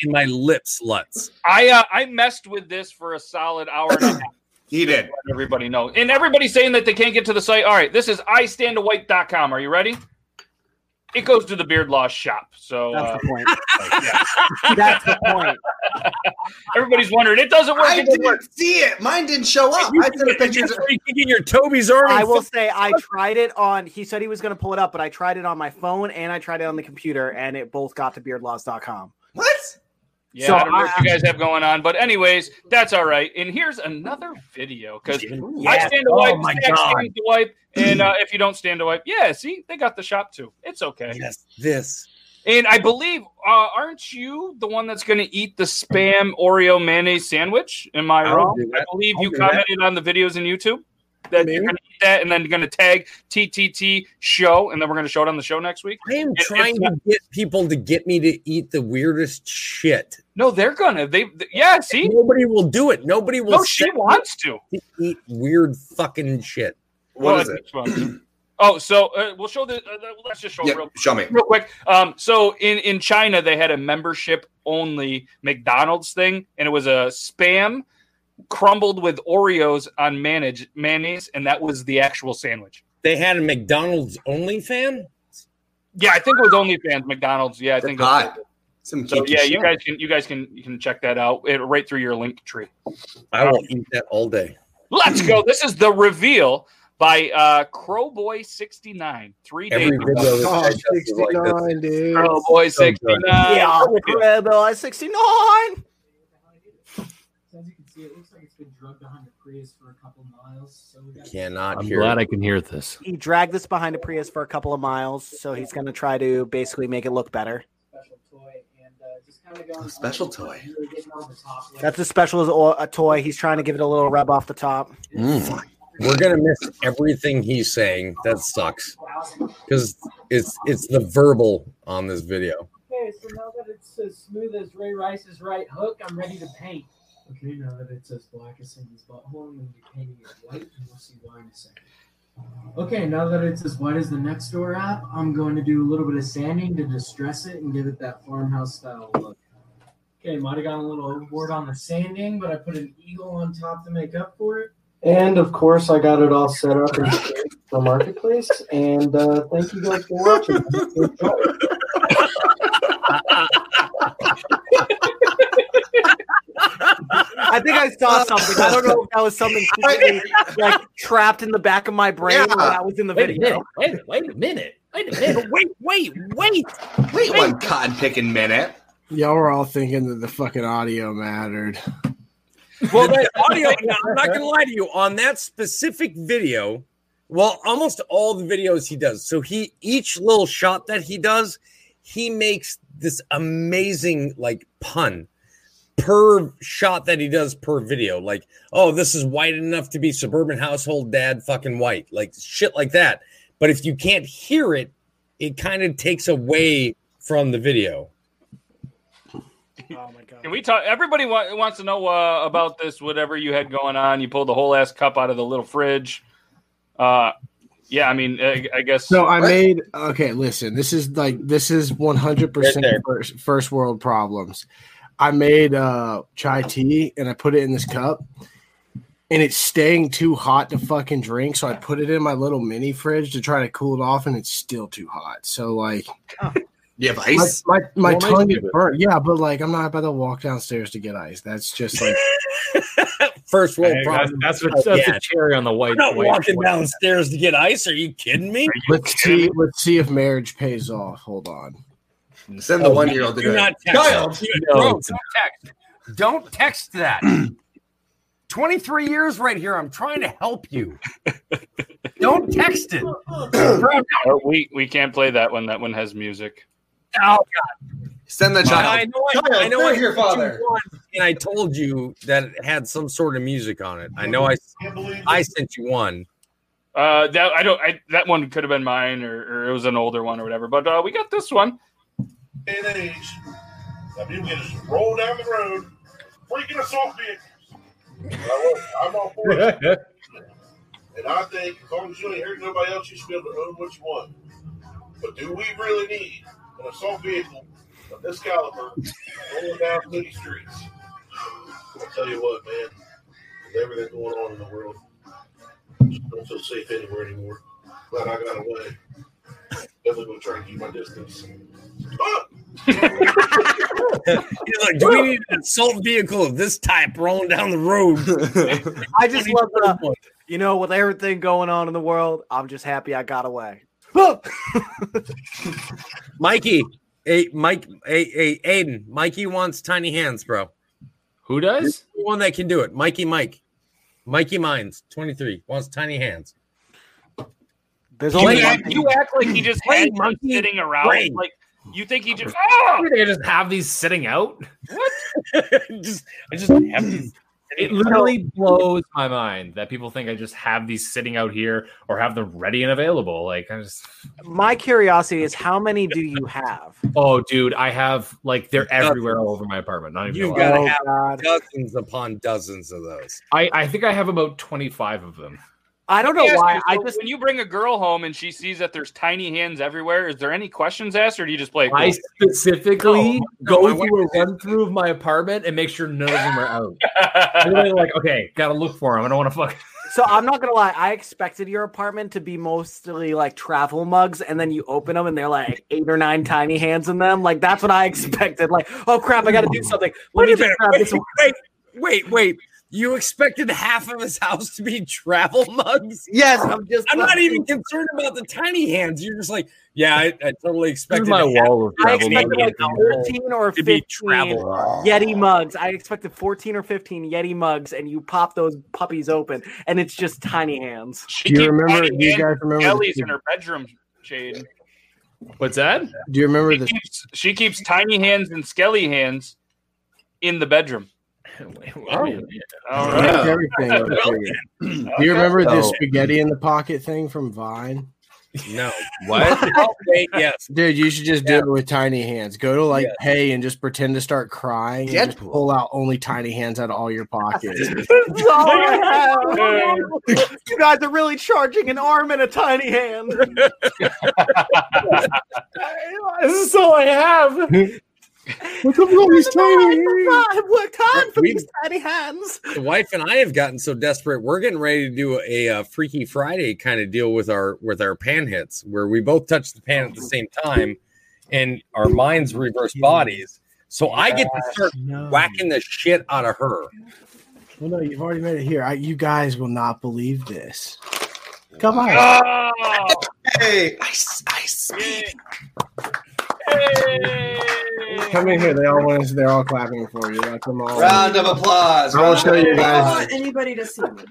[SPEAKER 3] and my lips Lutz.
[SPEAKER 2] I uh, I messed with this for a solid hour and a half.
[SPEAKER 4] He did.
[SPEAKER 2] Let everybody know. And everybody's saying that they can't get to the site. All right, this is istandawhite.com. Are you ready? It goes to the Beard Law shop. So uh,
[SPEAKER 1] That's the point. That's the point.
[SPEAKER 2] everybody's wondering. It doesn't work.
[SPEAKER 4] I
[SPEAKER 2] It doesn't work.
[SPEAKER 4] didn't see it. Mine didn't show up. I sent a picture.
[SPEAKER 3] That's where you can get your Toby's already.
[SPEAKER 1] I will say I tried it on he said he was gonna pull it up, but I tried it on my phone and I tried it on the computer and it both got to beardlaws.com.
[SPEAKER 4] What?
[SPEAKER 2] Yeah,
[SPEAKER 1] So
[SPEAKER 2] I don't know what
[SPEAKER 1] I-
[SPEAKER 2] you guys have going on, but anyways, that's all right. And here's another video because I stand to wipe,
[SPEAKER 3] Oh my
[SPEAKER 2] Zach
[SPEAKER 3] god.
[SPEAKER 2] stands to wipe, and uh, if you don't stand to wipe, yeah, see, they got the shop too. It's okay.
[SPEAKER 3] Yes, this.
[SPEAKER 2] And I believe, uh, aren't you the one that's going to eat the spam Oreo mayonnaise sandwich? Am I
[SPEAKER 3] I'll
[SPEAKER 2] wrong?
[SPEAKER 3] do that.
[SPEAKER 2] I believe
[SPEAKER 3] I'll
[SPEAKER 2] you
[SPEAKER 3] do that.
[SPEAKER 2] commented on the videos in YouTube that
[SPEAKER 6] Me?
[SPEAKER 2] you're going to eat that, and then you're going to tag TTT show, and then we're going to show it on the show next week.
[SPEAKER 3] I am
[SPEAKER 2] it's
[SPEAKER 3] trying to get people to get me to eat the weirdest shit.
[SPEAKER 2] No, they're gonna. They, th- yeah. See,
[SPEAKER 3] Nobody will do it. Nobody will
[SPEAKER 2] no, she
[SPEAKER 3] sit
[SPEAKER 2] wants to.
[SPEAKER 3] and eat weird fucking shit.
[SPEAKER 4] What
[SPEAKER 2] Well,
[SPEAKER 4] is
[SPEAKER 2] I
[SPEAKER 4] it?
[SPEAKER 2] think she wants to. Oh, so uh, we'll show the. Uh, the- let's just show
[SPEAKER 4] Yeah,
[SPEAKER 2] it real
[SPEAKER 4] show me.
[SPEAKER 2] real quick. Um, so in in China, they had a membership only McDonald's thing, and it was a spam crumbled with Oreos on manage, mayonnaise, and that was the actual sandwich.
[SPEAKER 3] They had a McDonald's only fan.
[SPEAKER 2] Yeah, I think it was OnlyFans McDonald's. Yeah, I think. that's
[SPEAKER 4] Hot. Some
[SPEAKER 2] So
[SPEAKER 4] kinky
[SPEAKER 2] yeah, you
[SPEAKER 4] shit.
[SPEAKER 2] guys can you guys can you can check that out it, right through your link tree.
[SPEAKER 5] Uh,
[SPEAKER 3] I will eat that all day.
[SPEAKER 2] Let's go. This is the reveal by uh, Crowboy69. Three days
[SPEAKER 11] Every
[SPEAKER 2] ago.
[SPEAKER 11] video
[SPEAKER 6] Oh,
[SPEAKER 11] that Ted does is like this.
[SPEAKER 2] Crowboy69.
[SPEAKER 11] So good.
[SPEAKER 1] Yeah, Crowboy 69.
[SPEAKER 8] As you can see, it looks like it's been drugged behind a Prius for a couple miles. So we got
[SPEAKER 11] Cannot
[SPEAKER 5] I'm
[SPEAKER 11] hear.
[SPEAKER 5] glad
[SPEAKER 11] it.
[SPEAKER 5] I can hear this.
[SPEAKER 1] He dragged this behind a Prius for a couple of miles, so he's going to try to basically make it look better.
[SPEAKER 8] special toy and uh, just kind of going.
[SPEAKER 4] special toy.
[SPEAKER 8] Really getting on the top layer.
[SPEAKER 1] That's as special as o- a toy. He's trying to give it a little rub off the top.
[SPEAKER 11] Mm. We're gonna miss everything he's saying. That sucks because it's it's the verbal on this video.
[SPEAKER 8] Okay, so now that it's as smooth as Ray Rice's right hook, I'm ready to paint. Okay, now that it's as black as Cindy's butthole, I'm going to be painting it white, and we'll see why in a second. Uh, Okay, now that it's as white as the next door app, I'm going to do a little bit of sanding to distress it and give it that farmhouse style look. Okay, might have gone a little overboard on the sanding, but I put an eagle on top to make up for it. And of course, I got it all set up in the marketplace. And uh, thank you guys for watching.
[SPEAKER 1] I think I saw something. I don't know if that was something completely, like trapped in the back of my brain or
[SPEAKER 4] Yeah.
[SPEAKER 1] that was in the
[SPEAKER 5] Wait a
[SPEAKER 1] video.
[SPEAKER 5] minute. Wait, wait a minute. Wait a minute.
[SPEAKER 1] Wait, wait, wait.
[SPEAKER 4] Wait one cotton picking minute.
[SPEAKER 6] Y'all were all thinking that the fucking audio mattered.
[SPEAKER 3] Well, that audio, yeah, I'm not going to lie to you. On that specific video, well, almost all the videos he does. So he each little shot that he does, he makes this amazing like pun per shot that he does per video. Like, oh, this is white enough to be suburban household dad fucking white. Like shit like that. But if you can't hear it, it kind of takes away from the video.
[SPEAKER 1] Oh my god.
[SPEAKER 2] Can we talk? Everybody wa- wants to know uh, about this. Whatever you had going on, you pulled the whole ass cup out of the little fridge. Uh, yeah, I mean, I, I guess.
[SPEAKER 6] So I made okay. Listen, this is like this is one hundred percent
[SPEAKER 3] Right there.
[SPEAKER 6] first first world problems. I made uh chai tea and I put it in this cup, and it's staying too hot to fucking drink. So I put it in my little mini fridge to try to cool it off, and it's still too hot. So like
[SPEAKER 4] You have
[SPEAKER 6] my
[SPEAKER 4] ice.
[SPEAKER 6] my, my
[SPEAKER 11] Well,
[SPEAKER 6] tongue
[SPEAKER 11] nice.
[SPEAKER 6] is burnt. Yeah, but like I'm not about to walk downstairs to get ice. That's just like
[SPEAKER 3] First world
[SPEAKER 5] Hey,
[SPEAKER 3] problem.
[SPEAKER 5] That's, that's, what, that's
[SPEAKER 3] Yeah.
[SPEAKER 5] a cherry on the white.
[SPEAKER 3] I'm not
[SPEAKER 5] white-
[SPEAKER 3] walking
[SPEAKER 5] white-
[SPEAKER 3] downstairs to get ice. Are you kidding me?
[SPEAKER 6] let's see let's see if marriage pays off. Hold on.
[SPEAKER 4] Send the one year old to
[SPEAKER 3] Do
[SPEAKER 4] do
[SPEAKER 3] not
[SPEAKER 4] it.
[SPEAKER 3] text.
[SPEAKER 4] Child.
[SPEAKER 3] Do- bro, don't text. Don't text that. 23 years right here. I'm trying to help you. Don't text it.
[SPEAKER 2] Oh, we we can't play that one. That one has music.
[SPEAKER 3] Oh,
[SPEAKER 4] Send the
[SPEAKER 3] I
[SPEAKER 4] child.
[SPEAKER 3] know I, I know
[SPEAKER 4] Child,
[SPEAKER 3] I
[SPEAKER 4] where's your
[SPEAKER 3] sent you
[SPEAKER 4] father?
[SPEAKER 3] one, and I told you that it had some sort of music on it. I know I I sent you one.
[SPEAKER 2] Uh, that I don't. I, that one could have been mine, or, or it was an older one, or whatever. But uh, we got this one.
[SPEAKER 12] and age. Some people can just roll down the road, freaking assault vehicles. I love- I'm all for it. And I think as long as you ain't hurting nobody else, you should be able to own what you want. But do we really need an assault vehicle of this caliber rolling down city streets? I'll tell you what, man. With everything going on in the world, I don't feel safe anywhere anymore. Glad I got away. Definitely gonna try and keep my distance. Ah!
[SPEAKER 3] He's like, do we need an assault vehicle of this type rolling down the road?
[SPEAKER 1] I just love the you know with everything going on in the world, I'm just happy I got away.
[SPEAKER 3] Mikey, hey, Mike, hey, hey, Aiden, Mikey wants tiny hands, bro.
[SPEAKER 5] Who does?
[SPEAKER 3] The one that can do it, Mikey, Mike, Mikey Mines, twenty three, wants tiny hands.
[SPEAKER 1] There's
[SPEAKER 2] You
[SPEAKER 1] only
[SPEAKER 3] Yeah.
[SPEAKER 2] act,
[SPEAKER 1] one
[SPEAKER 2] you act like he just
[SPEAKER 3] Brain,
[SPEAKER 2] had them
[SPEAKER 3] monkey.
[SPEAKER 2] sitting around.
[SPEAKER 3] Brain.
[SPEAKER 2] Like you think he just. Oh!
[SPEAKER 5] I just have these sitting out.
[SPEAKER 3] just, I just have to.
[SPEAKER 5] It literally blows my mind that people think I just have these sitting out here or have them ready and available. Like I just,
[SPEAKER 1] My curiosity is how many do you have?
[SPEAKER 5] oh, dude, I have like they're everywhere all over my apartment. Not even.
[SPEAKER 3] You've
[SPEAKER 5] gonna lie.
[SPEAKER 3] Gotta
[SPEAKER 1] Oh
[SPEAKER 3] have-
[SPEAKER 1] god.
[SPEAKER 3] Dozens upon dozens of those.
[SPEAKER 5] I, I think I have about twenty five of them.
[SPEAKER 1] I don't know
[SPEAKER 2] Let me ask
[SPEAKER 1] why.
[SPEAKER 2] you,
[SPEAKER 1] I
[SPEAKER 2] so
[SPEAKER 1] just
[SPEAKER 2] when you bring a girl home and she sees that there's tiny hands everywhere, is there any questions asked, or do you just play? it
[SPEAKER 5] I
[SPEAKER 2] cool?
[SPEAKER 3] No,
[SPEAKER 5] specifically
[SPEAKER 3] my
[SPEAKER 5] go
[SPEAKER 3] wife
[SPEAKER 5] through
[SPEAKER 3] is-
[SPEAKER 5] a run through of my apartment and make sure none of them are out. And then, like, okay, gotta look for them. I don't want to fuck.
[SPEAKER 1] So I'm not gonna lie, I expected your apartment to be mostly like travel mugs, and then you open them and they're like eight or nine tiny hands in them. Like that's what I expected. Like, oh crap, I gotta do something. Let me
[SPEAKER 3] Wait a
[SPEAKER 1] just
[SPEAKER 3] minute.
[SPEAKER 1] grab
[SPEAKER 3] Wait,
[SPEAKER 1] this
[SPEAKER 3] wait, wait, wait. You expected half of his house to be travel mugs?
[SPEAKER 1] Yes, I'm just.
[SPEAKER 3] I'm not even concerned about the tiny hands. You're just like, yeah, I, I totally expected
[SPEAKER 1] my
[SPEAKER 3] half-
[SPEAKER 1] wall of
[SPEAKER 3] I
[SPEAKER 1] travel
[SPEAKER 3] expected
[SPEAKER 1] mugs.
[SPEAKER 3] like
[SPEAKER 1] Thirteen or
[SPEAKER 3] to be
[SPEAKER 1] fifteen
[SPEAKER 3] travel mugs.
[SPEAKER 1] Yeti mugs. I expected fourteen or fifteen Yeti mugs, and you pop those puppies open, and it's just tiny hands.
[SPEAKER 6] Do you remember? Do you guys remember?
[SPEAKER 2] Ellie's
[SPEAKER 6] the-
[SPEAKER 2] in her bedroom, Shade.
[SPEAKER 5] What's that?
[SPEAKER 6] Do you remember the?
[SPEAKER 2] She keeps tiny hands and skelly hands in the bedroom. All
[SPEAKER 6] That's
[SPEAKER 2] right.
[SPEAKER 6] everything.
[SPEAKER 2] Well,
[SPEAKER 6] over here. Oh.
[SPEAKER 2] then.
[SPEAKER 6] Do you remember the
[SPEAKER 3] So-
[SPEAKER 6] spaghetti in the pocket thing from Vine?
[SPEAKER 3] No. What? Wait, yes.
[SPEAKER 6] Dude, you should just do it with tiny hands. Go to like pay and just pretend to start crying. And just pull out only tiny hands out of all your pockets.
[SPEAKER 1] That's all Oh, I have. you guys are really charging an arm and a tiny hand.
[SPEAKER 5] This is all I have.
[SPEAKER 6] What's up with all these tiny hands?
[SPEAKER 1] I've worked hard for
[SPEAKER 3] We've-
[SPEAKER 1] these tiny hands.
[SPEAKER 3] The wife and I have gotten so desperate. We're getting ready to do a, uh Freaky Friday kind of deal with our with our pan hits, where we both touch the pan at the same time, and our minds reverse bodies. So I get to start whacking the shit out of her.
[SPEAKER 6] Well, no, you've already made it here. I, you guys will not believe this. Come on.
[SPEAKER 2] Ah. Oh,
[SPEAKER 4] Hey, I, s- I speed.
[SPEAKER 6] Come in here. They all want. They're all clapping for you. Like them all.
[SPEAKER 4] Round of applause.
[SPEAKER 6] I will show you
[SPEAKER 7] I
[SPEAKER 6] guys.
[SPEAKER 7] want anybody to see me.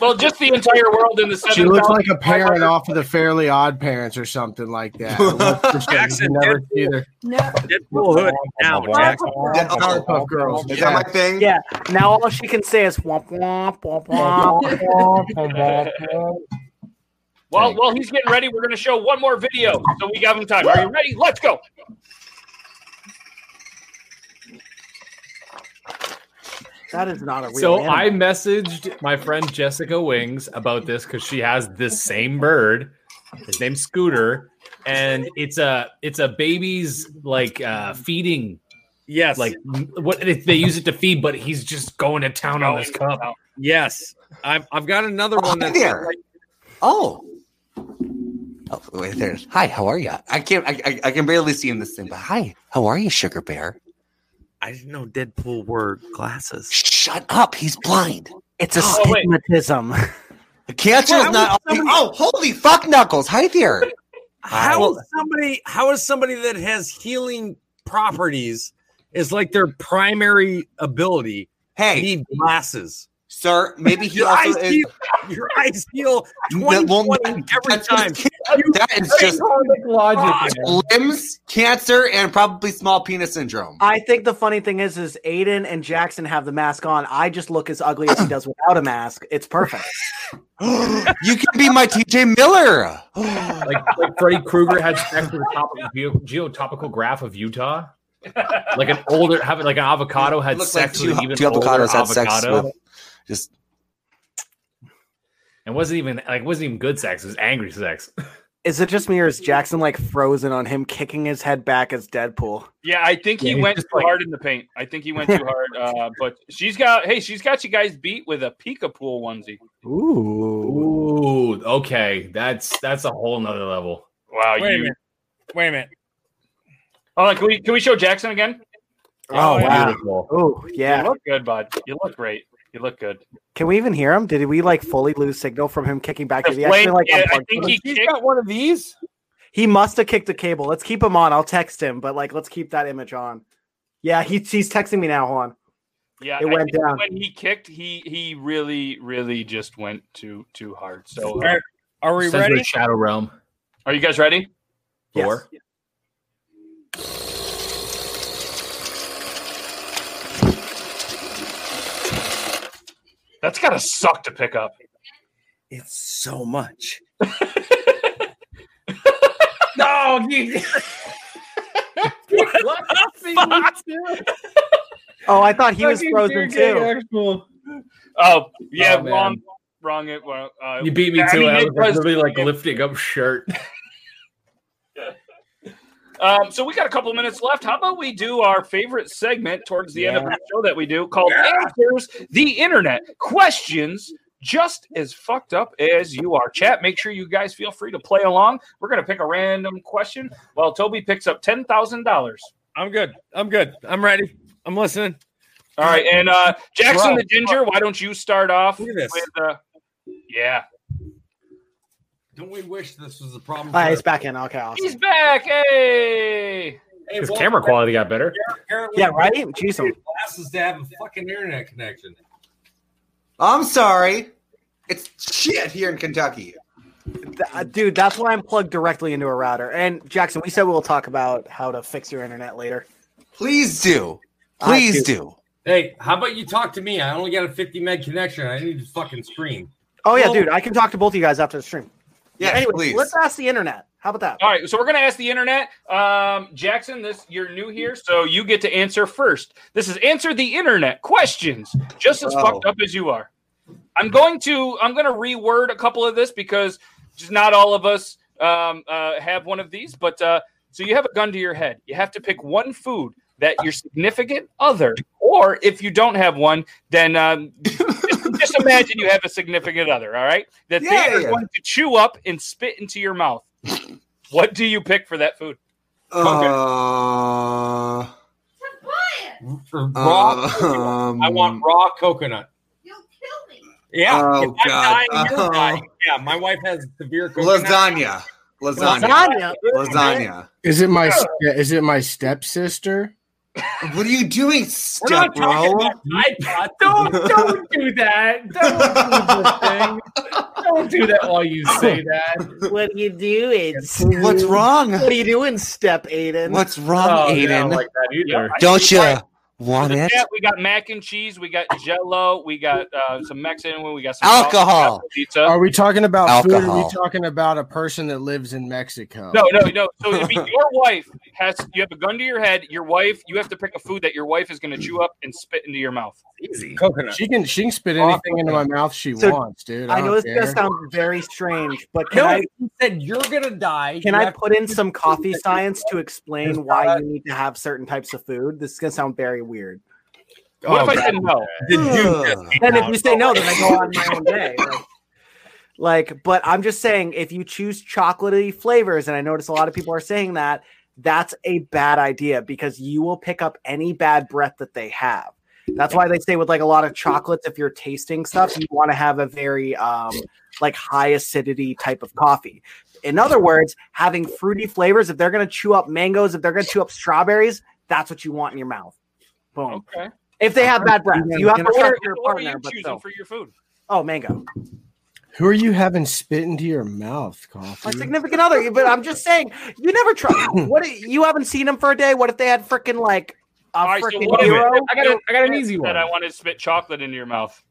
[SPEAKER 2] Well, just the entire world in the seven.
[SPEAKER 6] She looks like a parent off of the Fairly Odd Parents or something like that. Jackson, never see their
[SPEAKER 7] No.
[SPEAKER 3] Deadpool
[SPEAKER 5] oh,
[SPEAKER 3] hood now, Jackson.
[SPEAKER 6] Powerpuff Girls.
[SPEAKER 4] Is that my thing?
[SPEAKER 1] Yeah. Now all she can say is womp womp womp womp.
[SPEAKER 2] Well, while he's getting ready, we're going to show one more video. So we got him time. Are you ready? Let's go.
[SPEAKER 1] That is not a real.
[SPEAKER 5] So
[SPEAKER 1] animal.
[SPEAKER 5] I messaged my friend Jessica Wings about this because she has this same bird. His name's Scooter, and it's a it's a baby's like uh feeding.
[SPEAKER 3] Yes,
[SPEAKER 5] like what if they use it to feed, but he's just going to town on
[SPEAKER 1] Oh,
[SPEAKER 5] his cup.
[SPEAKER 3] Yes, I've I've got another one
[SPEAKER 4] hi
[SPEAKER 3] that's
[SPEAKER 4] there.
[SPEAKER 3] like-
[SPEAKER 4] Oh. Oh, wait, there's. Hi, how are you? I can't. I, I, I can barely see in this thing, but hi, how are you, Sugar Bear?
[SPEAKER 3] I didn't know Deadpool wore glasses.
[SPEAKER 4] Shut up. He's blind.
[SPEAKER 1] It's a
[SPEAKER 4] Oh, wait.
[SPEAKER 1] stigmatism.
[SPEAKER 4] The cancer
[SPEAKER 3] How
[SPEAKER 4] is not.
[SPEAKER 3] would
[SPEAKER 4] Oh, holy fuck, Knuckles. Hi there.
[SPEAKER 3] How
[SPEAKER 4] Well-
[SPEAKER 3] is somebody how is somebody that has healing properties is like their primary ability
[SPEAKER 4] Hey.
[SPEAKER 3] need glasses.
[SPEAKER 4] Sir, maybe he
[SPEAKER 3] your
[SPEAKER 4] also
[SPEAKER 3] eyes
[SPEAKER 4] is-
[SPEAKER 3] heal, your eyes heal 20
[SPEAKER 4] well,
[SPEAKER 3] every time.
[SPEAKER 4] That is just
[SPEAKER 5] logic.
[SPEAKER 4] limbs, cancer, and probably small penis syndrome.
[SPEAKER 1] I think the funny thing is, is Aiden and Jackson have the mask on. I just look as ugly as he does without a mask. It's perfect.
[SPEAKER 4] You can be my TJ Miller.
[SPEAKER 5] Like like Freddy Krueger had sex with a top geo, geotopical graph of Utah. Like an older, have like an avocado had
[SPEAKER 4] Looks
[SPEAKER 5] sex
[SPEAKER 4] like
[SPEAKER 5] with
[SPEAKER 4] two,
[SPEAKER 5] an even
[SPEAKER 4] two
[SPEAKER 5] older
[SPEAKER 4] avocados had sex
[SPEAKER 5] avocado.
[SPEAKER 4] with just
[SPEAKER 5] and wasn't even like wasn't even good sex. It was angry sex.
[SPEAKER 1] Is it just me or is Jackson like frozen on him kicking his head back as Deadpool?
[SPEAKER 2] Yeah, I think he
[SPEAKER 1] Yeah, he's
[SPEAKER 2] went too
[SPEAKER 1] just like-
[SPEAKER 2] hard in the paint. I think he went too hard. Uh, but she's got, hey, she's got you guys beat with a Pika pool onesie.
[SPEAKER 1] Ooh.
[SPEAKER 5] Ooh, okay, that's that's a whole nother level.
[SPEAKER 2] Wow,
[SPEAKER 3] Wait a
[SPEAKER 2] you.
[SPEAKER 3] minute. Wait a minute.
[SPEAKER 2] Hold on, can we can we show Jackson again?
[SPEAKER 1] Oh, wow.
[SPEAKER 5] Beautiful.
[SPEAKER 1] Oh yeah.
[SPEAKER 2] You look good, bud. You look great. You look good.
[SPEAKER 1] Can we even hear him? Did we like fully lose signal from him kicking back? Did he
[SPEAKER 2] Wait,
[SPEAKER 1] actually like
[SPEAKER 2] yeah, I
[SPEAKER 1] unplug
[SPEAKER 2] think
[SPEAKER 1] him?
[SPEAKER 2] he kicked.
[SPEAKER 3] Got one of these?
[SPEAKER 1] He must have kicked a cable. Let's keep him on. I'll text him, but like let's keep that image on. Yeah, he, he's texting me now. Hold on.
[SPEAKER 2] Yeah,
[SPEAKER 1] It
[SPEAKER 2] I
[SPEAKER 1] went
[SPEAKER 2] think
[SPEAKER 1] down.
[SPEAKER 2] when he kicked. He he really really just went too too hard. So,
[SPEAKER 3] All
[SPEAKER 2] uh,
[SPEAKER 3] right, Are we
[SPEAKER 5] Sends her to
[SPEAKER 3] ready?
[SPEAKER 5] Shadow Realm.
[SPEAKER 2] are you guys ready?
[SPEAKER 1] Yes.
[SPEAKER 5] Four.
[SPEAKER 2] That's gotta suck to pick up.
[SPEAKER 3] It's so much.
[SPEAKER 5] No, you. what
[SPEAKER 1] Oh, I thought he was frozen too.
[SPEAKER 2] Oh yeah,
[SPEAKER 5] Oh, man.
[SPEAKER 2] wrong, wrong. It. Well, uh,
[SPEAKER 5] You beat me
[SPEAKER 2] I
[SPEAKER 5] to
[SPEAKER 2] mean,
[SPEAKER 5] it. I
[SPEAKER 2] it
[SPEAKER 5] was like,
[SPEAKER 2] was-
[SPEAKER 5] literally like lifting up shirt.
[SPEAKER 2] Um, so we got a couple minutes left. How about we do our favorite segment towards the end of
[SPEAKER 1] Yeah.
[SPEAKER 2] the show that we do called Answers the Internet Questions just as fucked up as you are. Chat, make sure you guys feel free to play along. We're going to pick a random question while Toby picks up $10,000.
[SPEAKER 3] I'm good. I'm good. I'm ready. I'm listening.
[SPEAKER 2] All right, and uh, Jackson
[SPEAKER 12] Bro.
[SPEAKER 2] the Ginger, why don't you start off
[SPEAKER 11] this.
[SPEAKER 2] with? Uh, yeah,
[SPEAKER 11] Don't we wish this was the problem?
[SPEAKER 1] All right, Oh, it's back in. Okay, awesome.
[SPEAKER 2] he's back. Hey,
[SPEAKER 11] Hey,
[SPEAKER 5] His
[SPEAKER 11] well,
[SPEAKER 5] camera quality got better.
[SPEAKER 11] apparently
[SPEAKER 1] Yeah, right? Jeez, I'm-
[SPEAKER 11] Glasses to have a fucking internet connection.
[SPEAKER 4] I'm sorry. It's shit here in Kentucky.
[SPEAKER 1] Th- uh, dude, that's why I'm plugged directly into a router. And Jackson, we said we'll talk about how to fix your internet later.
[SPEAKER 4] Please do.
[SPEAKER 1] Please
[SPEAKER 4] do.
[SPEAKER 11] Hey, how about you talk to me? I only got a 50 meg connection. I need to fucking scream.
[SPEAKER 1] Oh yeah,
[SPEAKER 11] Well-
[SPEAKER 1] dude, I can talk to both of you guys after the stream.
[SPEAKER 4] Yes,
[SPEAKER 1] Anyway,
[SPEAKER 4] please.
[SPEAKER 1] let's ask the internet. How about that?
[SPEAKER 2] All right, so we're gonna ask the internet. Um, Jackson, this you're new here, so you get to answer first. This is answer the internet questions, just as
[SPEAKER 4] Wow.
[SPEAKER 2] fucked up as you are. I'm going to I'm gonna reword a couple of this because just not all of us um, uh, have one of these. But uh, so you have a gun to your head. You have to pick one food that your significant other, or if you don't have one, then um, just, just imagine you have a significant other. All right, that
[SPEAKER 4] Yeah,
[SPEAKER 2] they are
[SPEAKER 4] yeah.
[SPEAKER 2] going to chew up and spit into your mouth. What do you pick for that food?
[SPEAKER 4] Uh,
[SPEAKER 11] For raw,
[SPEAKER 4] raw.
[SPEAKER 11] Uh,
[SPEAKER 2] Um,
[SPEAKER 11] I want raw coconut. You'll kill me. Yeah.
[SPEAKER 4] Oh,
[SPEAKER 11] if I'm
[SPEAKER 4] God.
[SPEAKER 11] dying, you're
[SPEAKER 4] Oh.
[SPEAKER 11] dying. Yeah, my wife has severe coconut.
[SPEAKER 4] Lasagna. Lasagna.
[SPEAKER 1] Lasagna.
[SPEAKER 4] Lasagna.
[SPEAKER 6] Is it my ste- is it my stepsister?
[SPEAKER 4] What are you doing,
[SPEAKER 11] We're not
[SPEAKER 4] step
[SPEAKER 11] talking
[SPEAKER 4] bro?
[SPEAKER 11] about iPod.
[SPEAKER 5] Don't don't do that. Don't do, the thing. don't do that while you say that.
[SPEAKER 1] What are you doing? What
[SPEAKER 4] What's wrong?
[SPEAKER 1] are you doing, Step Aiden?
[SPEAKER 4] What's wrong,
[SPEAKER 5] Oh, yeah, I don't
[SPEAKER 4] Aiden?
[SPEAKER 5] like that either.
[SPEAKER 4] Don't you
[SPEAKER 2] Right.
[SPEAKER 4] want
[SPEAKER 2] the
[SPEAKER 4] it?
[SPEAKER 2] chat, we got mac and cheese, we got Jello, we got uh, some Mexican, we got some
[SPEAKER 4] Alcohol.
[SPEAKER 2] salsa, pizza.
[SPEAKER 6] Are we talking about food? Or are
[SPEAKER 4] Alcohol.
[SPEAKER 6] we talking about a person that lives in Mexico?
[SPEAKER 2] No, no, no. So it'd be your wife has you have a gun to your head. Your wife, you have to pick a food that your wife is going to chew up and spit into your mouth.
[SPEAKER 11] Easy.
[SPEAKER 3] Coconut.
[SPEAKER 6] She can she can spit anything into my mouth she
[SPEAKER 1] So,
[SPEAKER 6] wants, dude. I,
[SPEAKER 1] I know
[SPEAKER 6] don't
[SPEAKER 1] this is
[SPEAKER 6] care.
[SPEAKER 1] gonna sound very strange, but can
[SPEAKER 11] No,
[SPEAKER 1] I
[SPEAKER 11] he said you're gonna die.
[SPEAKER 1] can
[SPEAKER 11] You
[SPEAKER 1] I
[SPEAKER 11] have
[SPEAKER 1] put in some coffee science to explain why
[SPEAKER 11] not-
[SPEAKER 1] you need to have certain types of food? This is gonna sound very weird.
[SPEAKER 2] What
[SPEAKER 11] Oh,
[SPEAKER 2] if I said no?
[SPEAKER 11] to do this.
[SPEAKER 1] Then if you say no, then I go on my own day. Like, like, but I'm just saying, if you choose chocolatey flavors, and I notice a lot of people are saying that, that's a bad idea because you will pick up any bad breath that they have. That's why they say with like a lot of chocolates, if you're tasting stuff, you want to have a very um like high acidity type of coffee. In other words, having fruity flavors, if they're gonna chew up mangoes, if they're gonna chew up strawberries, that's what you want in your mouth. Boom.
[SPEAKER 2] Okay.
[SPEAKER 1] If they have bad breath, you have to
[SPEAKER 2] What are,
[SPEAKER 1] respect your
[SPEAKER 2] what are
[SPEAKER 1] partner.
[SPEAKER 2] you
[SPEAKER 1] But
[SPEAKER 2] choosing
[SPEAKER 1] still.
[SPEAKER 2] for your food?
[SPEAKER 1] Oh, mango.
[SPEAKER 6] Who are you having spit into your mouth, coffee?
[SPEAKER 1] My significant other. But I'm just saying, you never try. What if- you haven't seen them for a day? What if they had freaking like a
[SPEAKER 2] All right, so
[SPEAKER 1] freaking
[SPEAKER 2] what if,
[SPEAKER 1] hero?
[SPEAKER 2] if
[SPEAKER 5] I got a- I got an easy one.
[SPEAKER 2] That I want to spit chocolate into your mouth.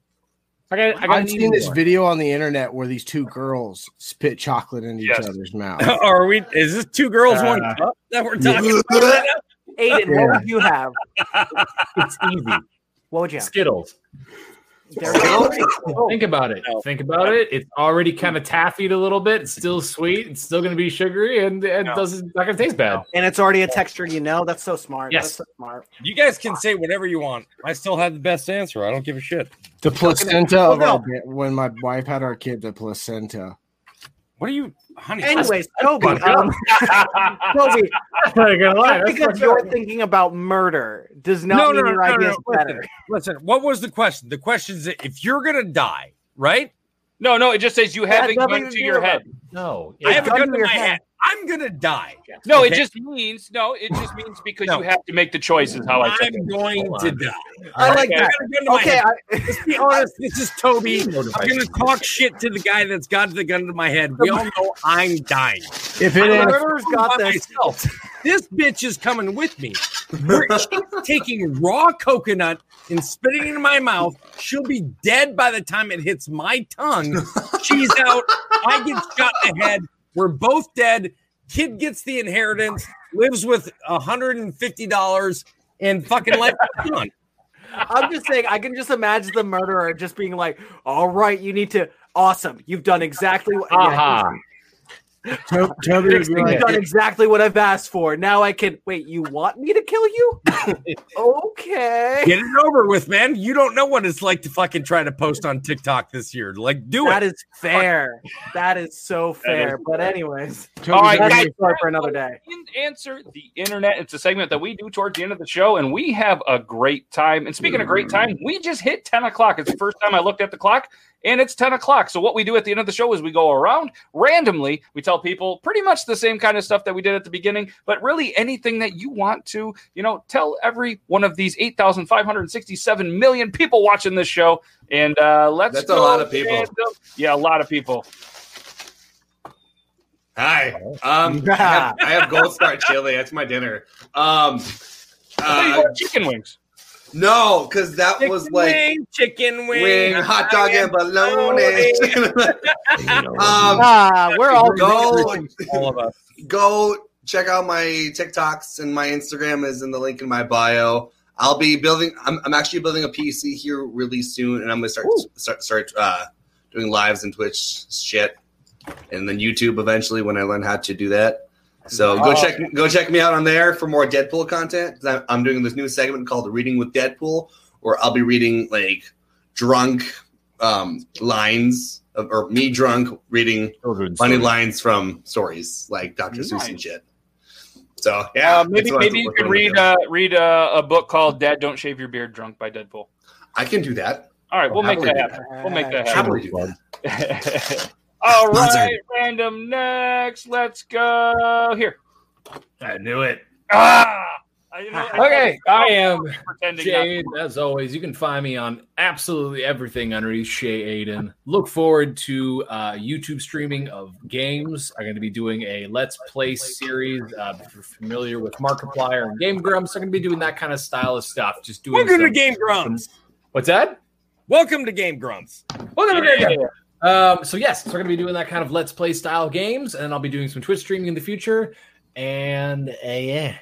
[SPEAKER 5] I got I got an
[SPEAKER 6] I've
[SPEAKER 5] easy
[SPEAKER 6] seen this
[SPEAKER 5] one.
[SPEAKER 6] video on the internet where these two girls spit chocolate into
[SPEAKER 2] Yes.
[SPEAKER 6] each other's mouth.
[SPEAKER 3] Are we? Is this two girls, one
[SPEAKER 5] Uh,
[SPEAKER 3] cup that we're talking about?
[SPEAKER 1] Aiden, what would you have?
[SPEAKER 5] It's easy.
[SPEAKER 1] What would you have?
[SPEAKER 5] Skittles.
[SPEAKER 1] There you go.
[SPEAKER 5] Think about it.
[SPEAKER 3] Oh. No.
[SPEAKER 5] Think about it. It's already kind of taffied a little bit. It's still sweet. It's still going to be sugary, and it
[SPEAKER 2] No.
[SPEAKER 5] doesn't not going to taste bad.
[SPEAKER 1] And it's already a texture, you know. That's so smart.
[SPEAKER 5] Yes.
[SPEAKER 1] That's so smart.
[SPEAKER 3] You guys can say whatever you want. I still have the best answer. I don't give a shit.
[SPEAKER 6] The placenta
[SPEAKER 1] Well,
[SPEAKER 6] of our
[SPEAKER 1] Oh, no.
[SPEAKER 6] ba- when my wife had our kid, the placenta.
[SPEAKER 3] What are you, honey?
[SPEAKER 1] Anyways, Toby, um, Toby,
[SPEAKER 5] I'm not gonna lie.
[SPEAKER 1] just
[SPEAKER 5] That's
[SPEAKER 1] because
[SPEAKER 5] fucked
[SPEAKER 1] you're
[SPEAKER 5] up.
[SPEAKER 1] thinking about murder does not
[SPEAKER 3] No,
[SPEAKER 1] mean
[SPEAKER 3] no, no,
[SPEAKER 1] your
[SPEAKER 3] no,
[SPEAKER 1] idea
[SPEAKER 3] no,
[SPEAKER 1] is
[SPEAKER 3] listen.
[SPEAKER 1] better.
[SPEAKER 3] Listen, what was the question? The question is that if you're gonna die, right?
[SPEAKER 2] No, no. It just says you
[SPEAKER 1] Yeah,
[SPEAKER 2] have a
[SPEAKER 1] nothing
[SPEAKER 2] gun
[SPEAKER 1] to
[SPEAKER 2] to
[SPEAKER 1] do
[SPEAKER 2] your
[SPEAKER 1] about
[SPEAKER 2] head.
[SPEAKER 5] no.
[SPEAKER 3] I have a
[SPEAKER 1] gun
[SPEAKER 3] gun
[SPEAKER 1] to
[SPEAKER 3] to
[SPEAKER 1] your
[SPEAKER 3] my
[SPEAKER 1] head.
[SPEAKER 3] head. I'm gonna die.
[SPEAKER 2] No, it
[SPEAKER 3] Okay.
[SPEAKER 2] just means no. It just means because
[SPEAKER 3] No.
[SPEAKER 2] you have to make the choices. How I took it.
[SPEAKER 3] I'm going
[SPEAKER 5] Hold
[SPEAKER 3] to
[SPEAKER 5] on.
[SPEAKER 3] die.
[SPEAKER 1] I like
[SPEAKER 3] Okay.
[SPEAKER 1] that.
[SPEAKER 3] I got a gun to my
[SPEAKER 1] Okay,
[SPEAKER 3] head.
[SPEAKER 1] I,
[SPEAKER 3] Let's be honest. This is Toby. I'm gonna talk shit to the guy that's got the gun to my head. We all know I'm dying.
[SPEAKER 6] If it ain't,
[SPEAKER 1] murderer's got
[SPEAKER 3] by
[SPEAKER 1] this.
[SPEAKER 3] myself. This bitch is coming with me. We're- She's taking raw coconut and spitting it in my mouth. She'll be dead by the time it hits my tongue. She's out. I get shot in the head. We're both dead. Kid gets the inheritance, lives with $150, and fucking life is done.
[SPEAKER 1] I'm just saying, I can just imagine the murderer
[SPEAKER 11] Uh-huh.
[SPEAKER 1] just being like, "All right, you need to. Awesome, you've done exactly what." yeah,
[SPEAKER 5] Aha.
[SPEAKER 6] To- Toby would
[SPEAKER 1] Nick's
[SPEAKER 6] be like,
[SPEAKER 1] done exactly what I've asked for. Now I can wait. You want me to kill you? okay.
[SPEAKER 11] Get it over with, man. You don't know what it's like to fucking try to post on TikTok this year. Like, do
[SPEAKER 1] That
[SPEAKER 11] it.
[SPEAKER 1] is fair. That is so fair.
[SPEAKER 11] is
[SPEAKER 1] but anyways,
[SPEAKER 11] Toby's All right,
[SPEAKER 1] that's
[SPEAKER 11] guys.
[SPEAKER 1] a story for another day.
[SPEAKER 2] didn't answer the internet. It's a segment that we do towards the end of the show, and we have a great time. And speaking of
[SPEAKER 4] Mm.
[SPEAKER 2] great time, we just hit 10 o'clock. It's the first time I looked at the clock, and it's 10 o'clock. So, what we do at the end of the show is we go around randomly. We tell people pretty much the same kind of stuff that we did at the beginning, but really anything that you want to, you know, tell every one of these 8,567 million people watching this show. And uh, let's
[SPEAKER 4] That's a lot of people.
[SPEAKER 2] random- Yeah, a lot of people.
[SPEAKER 4] Hi. Um, I, have, I have Gold Star chili. That's my dinner. Um, uh,
[SPEAKER 2] chicken wings.
[SPEAKER 4] No, because that was like
[SPEAKER 11] wing, chicken wing,
[SPEAKER 4] wing, hot dog and bologna. um,
[SPEAKER 1] ah, we're all
[SPEAKER 4] go,
[SPEAKER 11] all of us.
[SPEAKER 4] Go check out my TikToks and my Instagram is in the link in my bio. I'll be building. I'm, I'm actually building a PC here really soon, and I'm gonna start start start uh, doing lives and Twitch shit, and then YouTube eventually when I learn how to do that. So go
[SPEAKER 12] Oh.
[SPEAKER 4] check go check me out on there for more Deadpool content. 'cause I'm- I'm doing this new segment called Reading with Deadpool, where I'll be reading like drunk um, lines of, or me drunk reading funny
[SPEAKER 12] stories.
[SPEAKER 4] lines from stories like Dr. Seuss and shit. So yeah,
[SPEAKER 2] Uh, maybe
[SPEAKER 4] that's what I
[SPEAKER 2] maybe
[SPEAKER 4] was
[SPEAKER 2] you
[SPEAKER 4] working
[SPEAKER 2] could
[SPEAKER 4] on
[SPEAKER 2] read
[SPEAKER 4] doing.
[SPEAKER 2] uh, read uh, a book called "Dad Don't Shave Your Beard Drunk" by Deadpool.
[SPEAKER 4] I can do that.
[SPEAKER 2] All right, we'll
[SPEAKER 4] I'll
[SPEAKER 2] make that
[SPEAKER 4] happily do
[SPEAKER 2] happen. We'll make that
[SPEAKER 4] Happily
[SPEAKER 2] happen.
[SPEAKER 4] do that.
[SPEAKER 2] All right,
[SPEAKER 4] Sponsored.
[SPEAKER 2] random next. Let's go here.
[SPEAKER 5] I knew it.
[SPEAKER 2] Ah, I- you know,
[SPEAKER 5] Okay, I am
[SPEAKER 2] pretending not
[SPEAKER 5] Jade. As always, you can find me on absolutely everything underneath Shay Aiden. Look forward to uh, YouTube streaming of games. I'm going to be doing a Let's Play series. Uh, if you're familiar with Markiplier and Game Grumps, I'm going to be doing that kind of style of stuff. Just doing
[SPEAKER 11] Welcome to
[SPEAKER 5] some-
[SPEAKER 11] Game Grumps.
[SPEAKER 5] What's that?
[SPEAKER 11] Welcome to Game Grumps.
[SPEAKER 5] Welcome to
[SPEAKER 11] Yeah.
[SPEAKER 5] Game Grumps. Um, so yes, so we're gonna be doing that kind of let's play style games, and I'll be doing some Twitch streaming in the future. And uh, yeah,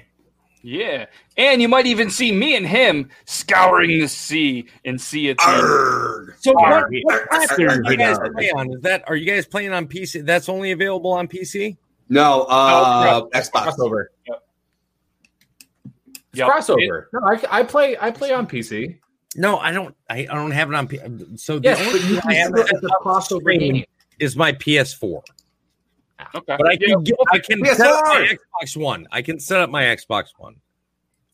[SPEAKER 2] Yeah, and you might even see me and him scouring the sea and see it.
[SPEAKER 11] So what,
[SPEAKER 2] Arg.
[SPEAKER 11] what platform
[SPEAKER 2] Arg.
[SPEAKER 11] do you guys
[SPEAKER 2] Arg.
[SPEAKER 11] play on? Is that are you guys playing on PC? That's only available on PC.
[SPEAKER 4] No, uh,
[SPEAKER 11] No,
[SPEAKER 4] Xbox.
[SPEAKER 5] Crossover.
[SPEAKER 11] Yeah.
[SPEAKER 5] crossover. No, I, I play I play on PC.
[SPEAKER 11] No, I don't. I, I don't have it on. P- so the
[SPEAKER 5] Yes,
[SPEAKER 11] only
[SPEAKER 5] but you
[SPEAKER 11] thing I
[SPEAKER 5] can
[SPEAKER 11] have
[SPEAKER 5] still
[SPEAKER 11] at the
[SPEAKER 5] crossover
[SPEAKER 11] screen
[SPEAKER 5] game.
[SPEAKER 11] is my PS4.
[SPEAKER 2] Okay,
[SPEAKER 11] But I can get, I can
[SPEAKER 2] PS4.
[SPEAKER 11] set up my Xbox One. I can set up my Xbox One.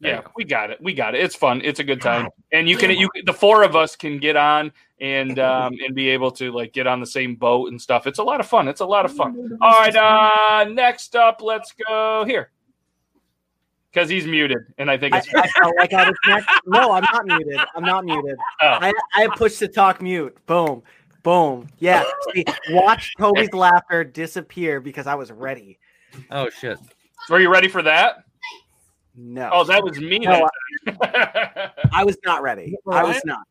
[SPEAKER 2] Yeah, we got it. We got it. It's fun. It's a good time, and you can you the four of us can get on and um and be able to like get on the same boat and stuff. It's a lot of fun. It's a lot of fun. All right, uh, next up, let's go here because he's muted, and I think
[SPEAKER 1] I,
[SPEAKER 2] it's
[SPEAKER 1] I felt like I was next. No, I'm not muted. I'm not muted. I, I pushed the talk mute. Boom. Boom. Yeah. See, watch Toby's laughter disappear because I was ready.
[SPEAKER 11] Oh shit!
[SPEAKER 2] Were you ready for that?
[SPEAKER 1] No.
[SPEAKER 2] Oh, that was me.
[SPEAKER 1] No,
[SPEAKER 2] that
[SPEAKER 1] I was not ready. I was not.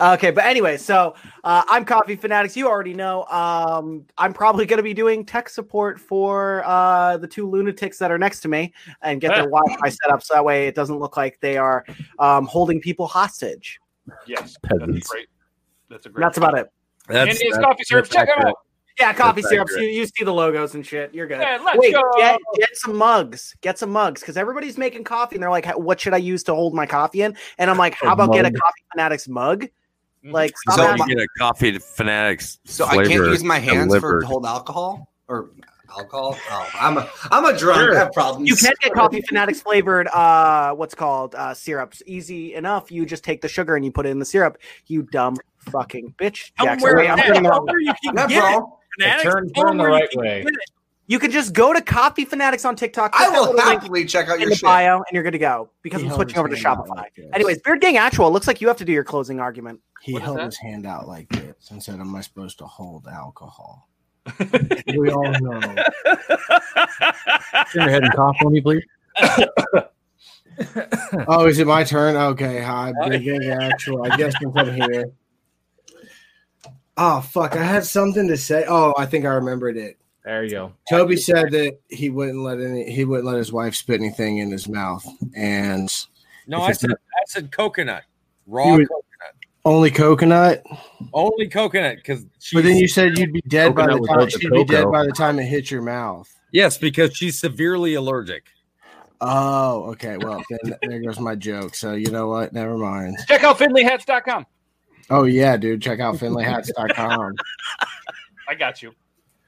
[SPEAKER 1] Okay, but anyway, so uh, I'm Coffee Fanatics. You already know. Um, I'm probably going to be doing tech support for uh, the two lunatics that are next to me and get their Wi-Fi set up so that way it doesn't look like they are um, holding people hostage.
[SPEAKER 2] Yes,
[SPEAKER 1] Peasants.
[SPEAKER 2] that's great. That's a great.
[SPEAKER 1] That's about it.
[SPEAKER 2] That's- And it's that's- coffee syrups. that's Check 'em out. accurate.
[SPEAKER 1] Yeah, coffee
[SPEAKER 2] That's
[SPEAKER 1] syrups. You,
[SPEAKER 2] accurate.
[SPEAKER 1] you see the logos and shit. You're good.
[SPEAKER 2] Yeah, let's
[SPEAKER 1] Wait,
[SPEAKER 2] go.
[SPEAKER 1] Get, get some mugs. Get some mugs because everybody's making coffee and they're like, "What should I use to hold my coffee in?" And I'm like, "How
[SPEAKER 11] A
[SPEAKER 1] about get a
[SPEAKER 11] mug.
[SPEAKER 1] coffee fanatics mug?"
[SPEAKER 11] Mhm.
[SPEAKER 1] Like, stop
[SPEAKER 11] So
[SPEAKER 1] asking-
[SPEAKER 11] you get a coffee fanatics.
[SPEAKER 4] So I can't use my hands for to hold alcohol or alcohol. Oh, I'm a I'm a drunk. I have problems.
[SPEAKER 1] You can get coffee fanatics flavored uh what's called uh syrups. Easy enough. You just take the sugar and you put it in the syrup. You dumb fucking bitch.
[SPEAKER 11] Tell 'em
[SPEAKER 1] Jackson.
[SPEAKER 11] where
[SPEAKER 1] Wait,
[SPEAKER 11] it
[SPEAKER 1] I'm
[SPEAKER 11] is.
[SPEAKER 1] getting
[SPEAKER 11] Tell 'em
[SPEAKER 1] wrong.
[SPEAKER 11] where you can Yeah, get bro. it. Fanatics,
[SPEAKER 5] Turn,
[SPEAKER 11] tell 'em
[SPEAKER 5] turn the
[SPEAKER 11] where you
[SPEAKER 5] right
[SPEAKER 11] can
[SPEAKER 5] way.
[SPEAKER 1] You can just go to Coffee Fanatics on TikTok. I
[SPEAKER 4] will happily check out
[SPEAKER 1] in
[SPEAKER 4] your
[SPEAKER 1] the
[SPEAKER 4] shit.
[SPEAKER 1] bio, and you're good to go because I'm switching over to Shopify. Anyways, Beard Gang Actual looks like you have to do your closing argument.
[SPEAKER 6] He held his hand out like this and said, "Am I supposed to hold alcohol?" we all know.
[SPEAKER 5] Turn your head and cough on me, please.
[SPEAKER 6] Oh, is it my turn? Okay, hi, big Gang actual. I guess I'm from here. Oh fuck! I had something to say. Oh, I think I remembered it.
[SPEAKER 5] There you go.
[SPEAKER 6] Toby said that he wouldn't let any. He wouldn't let his wife spit anything in his mouth, and
[SPEAKER 11] No,
[SPEAKER 6] if
[SPEAKER 11] I
[SPEAKER 6] it's
[SPEAKER 11] said
[SPEAKER 6] not-
[SPEAKER 11] I said coconut, raw
[SPEAKER 6] You would-
[SPEAKER 11] coconut.
[SPEAKER 6] Only coconut.
[SPEAKER 3] Only coconut because
[SPEAKER 6] But then you said you'd be dead by
[SPEAKER 3] Coconut
[SPEAKER 6] the
[SPEAKER 3] without
[SPEAKER 6] time
[SPEAKER 3] the
[SPEAKER 6] she'd be dead
[SPEAKER 3] cocoa.
[SPEAKER 6] by the time it hit your mouth.
[SPEAKER 3] yes, because she's severely allergic.
[SPEAKER 6] Oh, okay. Well, then there goes my joke. So you know what? Never mind.
[SPEAKER 2] Check out FinleyHats.com.
[SPEAKER 6] Oh yeah, dude. Check out FinleyHats.com.
[SPEAKER 2] I got you.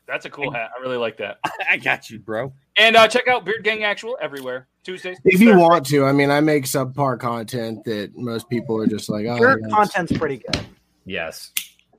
[SPEAKER 2] That's a cool hat. I really like that.
[SPEAKER 3] I got you, bro.
[SPEAKER 2] And uh, check out Beard Gang Actual everywhere Tuesdays.
[SPEAKER 6] if you want to. I mean, I make subpar content that most people are just like, oh,
[SPEAKER 1] Your
[SPEAKER 6] yeah.
[SPEAKER 1] content's pretty good.
[SPEAKER 5] Yes.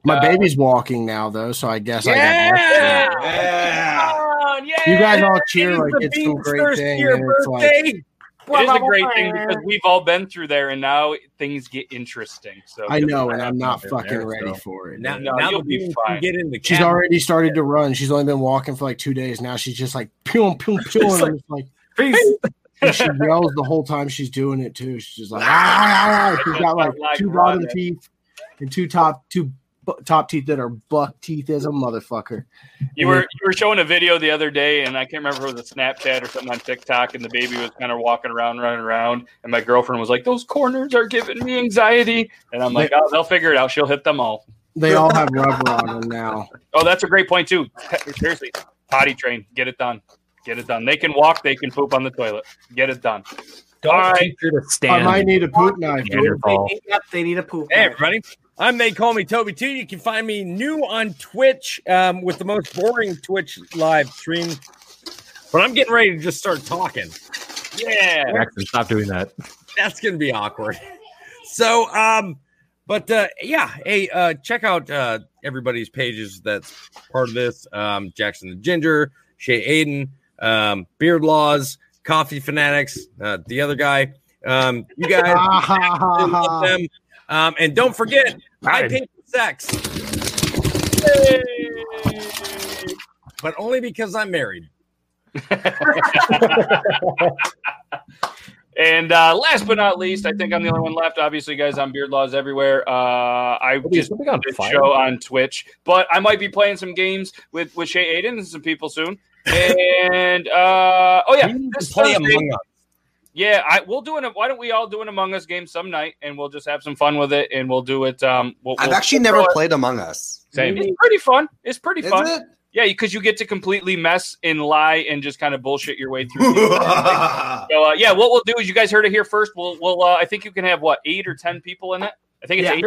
[SPEAKER 6] my baby's walking now though, so I guess I got.
[SPEAKER 2] Oh,
[SPEAKER 6] You guys all cheer like it's some great thing. and it's like-
[SPEAKER 2] it is a great thing because we've all been through there, and now things get interesting. So
[SPEAKER 6] I know, and I'm not fucking ready for it.
[SPEAKER 2] Now,
[SPEAKER 6] Now-
[SPEAKER 2] no,
[SPEAKER 6] now
[SPEAKER 2] you'll
[SPEAKER 6] that
[SPEAKER 2] be
[SPEAKER 6] we can
[SPEAKER 2] fine.
[SPEAKER 6] get She's already started to run. She's only been walking for like two days now. She's just like pew pew pew. and I'm just like, and she yells the whole time she's doing it too. She's just like, ah, ah, ah." she's got like two bottom teeth and two top two bu- top teeth that are buck teeth as a motherfucker.
[SPEAKER 2] You were you were showing a video the other day, and I can't remember if it was a Snapchat or something on TikTok, and the baby was kind of walking around, running around, and my girlfriend was like, "Those corners are giving me anxiety," and I'm like, "Oh, they'll figure it out. She'll hit them all."
[SPEAKER 6] They all have rubber on them now.
[SPEAKER 2] Oh, that's a great point too. Seriously, potty train, get it done, get it done. They can walk, they can poop on the toilet, get it done.
[SPEAKER 5] Don't
[SPEAKER 2] teach
[SPEAKER 5] her to
[SPEAKER 6] I might need a poop knife.
[SPEAKER 1] They need a poop.
[SPEAKER 3] Hey, everybody. I'm they call me Toby too. You can find me new on Twitch um, with the most boring Twitch live stream. But I'm getting ready to just start talking. Yeah.
[SPEAKER 11] Jackson, stop doing that.
[SPEAKER 3] that's gonna be awkward. So, um, but uh, yeah, hey, uh, check out uh, everybody's pages. That's part of this. Um, Jackson the Ginger, Shay Aiden, um, Beard Laws, Coffee Fanatics, uh, the other guy. Um, you guys,
[SPEAKER 6] Ah,
[SPEAKER 3] absolutely love them. Um, and don't forget, I paid for sex. But only because I'm married.
[SPEAKER 2] And uh, last but not least, I think I'm the only one left. Obviously, guys, on Beard Laws everywhere. Uh, I just
[SPEAKER 5] something on
[SPEAKER 2] did
[SPEAKER 5] fire?
[SPEAKER 2] show on Twitch, but I might be playing some games with with Shay Aiden and some people soon. And uh, oh yeah, this
[SPEAKER 3] play
[SPEAKER 2] Thursday-
[SPEAKER 3] Among Us.
[SPEAKER 2] Yeah, I we'll do an. Why don't we all do an Among Us game some night, and we'll just have some fun with it, and we'll do it. Um, we'll,
[SPEAKER 4] I've
[SPEAKER 2] we'll-
[SPEAKER 4] actually
[SPEAKER 2] we'll
[SPEAKER 4] never
[SPEAKER 2] throw it-
[SPEAKER 4] played Among Us.
[SPEAKER 2] It's pretty fun. It's pretty
[SPEAKER 4] Is
[SPEAKER 2] fun.
[SPEAKER 4] it?
[SPEAKER 2] Yeah, because you get to completely mess and lie and just kind of bullshit your way through. so uh, yeah, what we'll do is you guys heard it here first. We'll we'll uh, I think you can have what eight or ten people in it. I think it's
[SPEAKER 1] Yeah.
[SPEAKER 2] eight.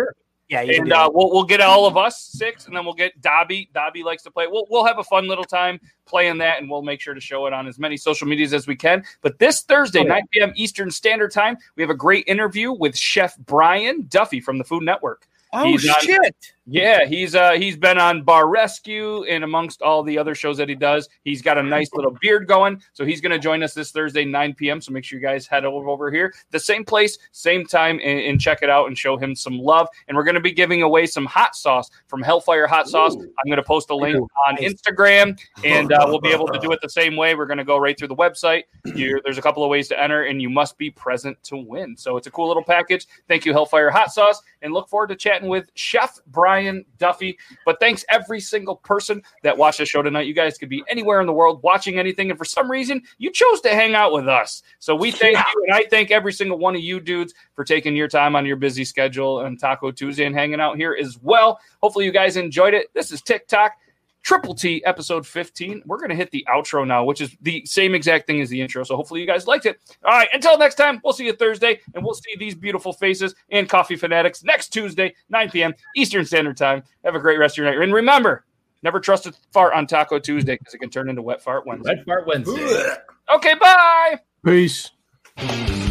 [SPEAKER 1] Yeah, you
[SPEAKER 2] and
[SPEAKER 1] do.
[SPEAKER 2] uh, we'll we'll get all of us six, and then we'll get Dobby. Dobby likes to play. We'll we'll have a fun little time playing that, and we'll make sure to show it on as many social medias as we can. But this Thursday,
[SPEAKER 5] Oh, yeah.
[SPEAKER 2] 9 p.m. Eastern Standard Time, we have a great interview with Chef Brian Duffy from the Food Network.
[SPEAKER 3] Oh,
[SPEAKER 2] on-
[SPEAKER 3] shit.
[SPEAKER 2] yeah, he's uh he's been on Bar Rescue and amongst all the other shows that he does. He's got a nice little beard going, so he's going to join us this Thursday 9 p.m. So make sure you guys head over over here, the same place, same time, and, and check it out and show him some love. And we're going to be giving away some hot sauce from Hellfire Hot Sauce. I'm going to post a link on Instagram, and uh, we'll be able to do it the same way. We're going to go right through the website. You, there's a couple of ways to enter, and you must be present to win. So it's a cool little package. Thank you, Hellfire Hot Sauce, and look forward to chatting with Chef Brian Duffy. But thanks every single person that watched the show tonight. You guys could be anywhere in the world watching anything, and for some reason, you chose to hang out with us. So we thank you, and I thank every single one of you dudes for taking your time on your busy schedule on Taco Tuesday and hanging out here as well. Hopefully, you guys enjoyed it. This is TikTok. Triple T episode 15. We're going to hit the outro now, which is the same exact thing as the intro. So hopefully you guys liked it. All right. Until next time, we'll see you Thursday and we'll see these beautiful faces and coffee fanatics next Tuesday, 9 p.m. Eastern Standard Time. Have a great rest of your night. And remember, never trust a fart on Taco Tuesday because it can turn into Wet Fart Wednesday.
[SPEAKER 5] Wet Fart Wednesday.
[SPEAKER 2] okay. Bye.
[SPEAKER 6] Peace.
[SPEAKER 10] Peace.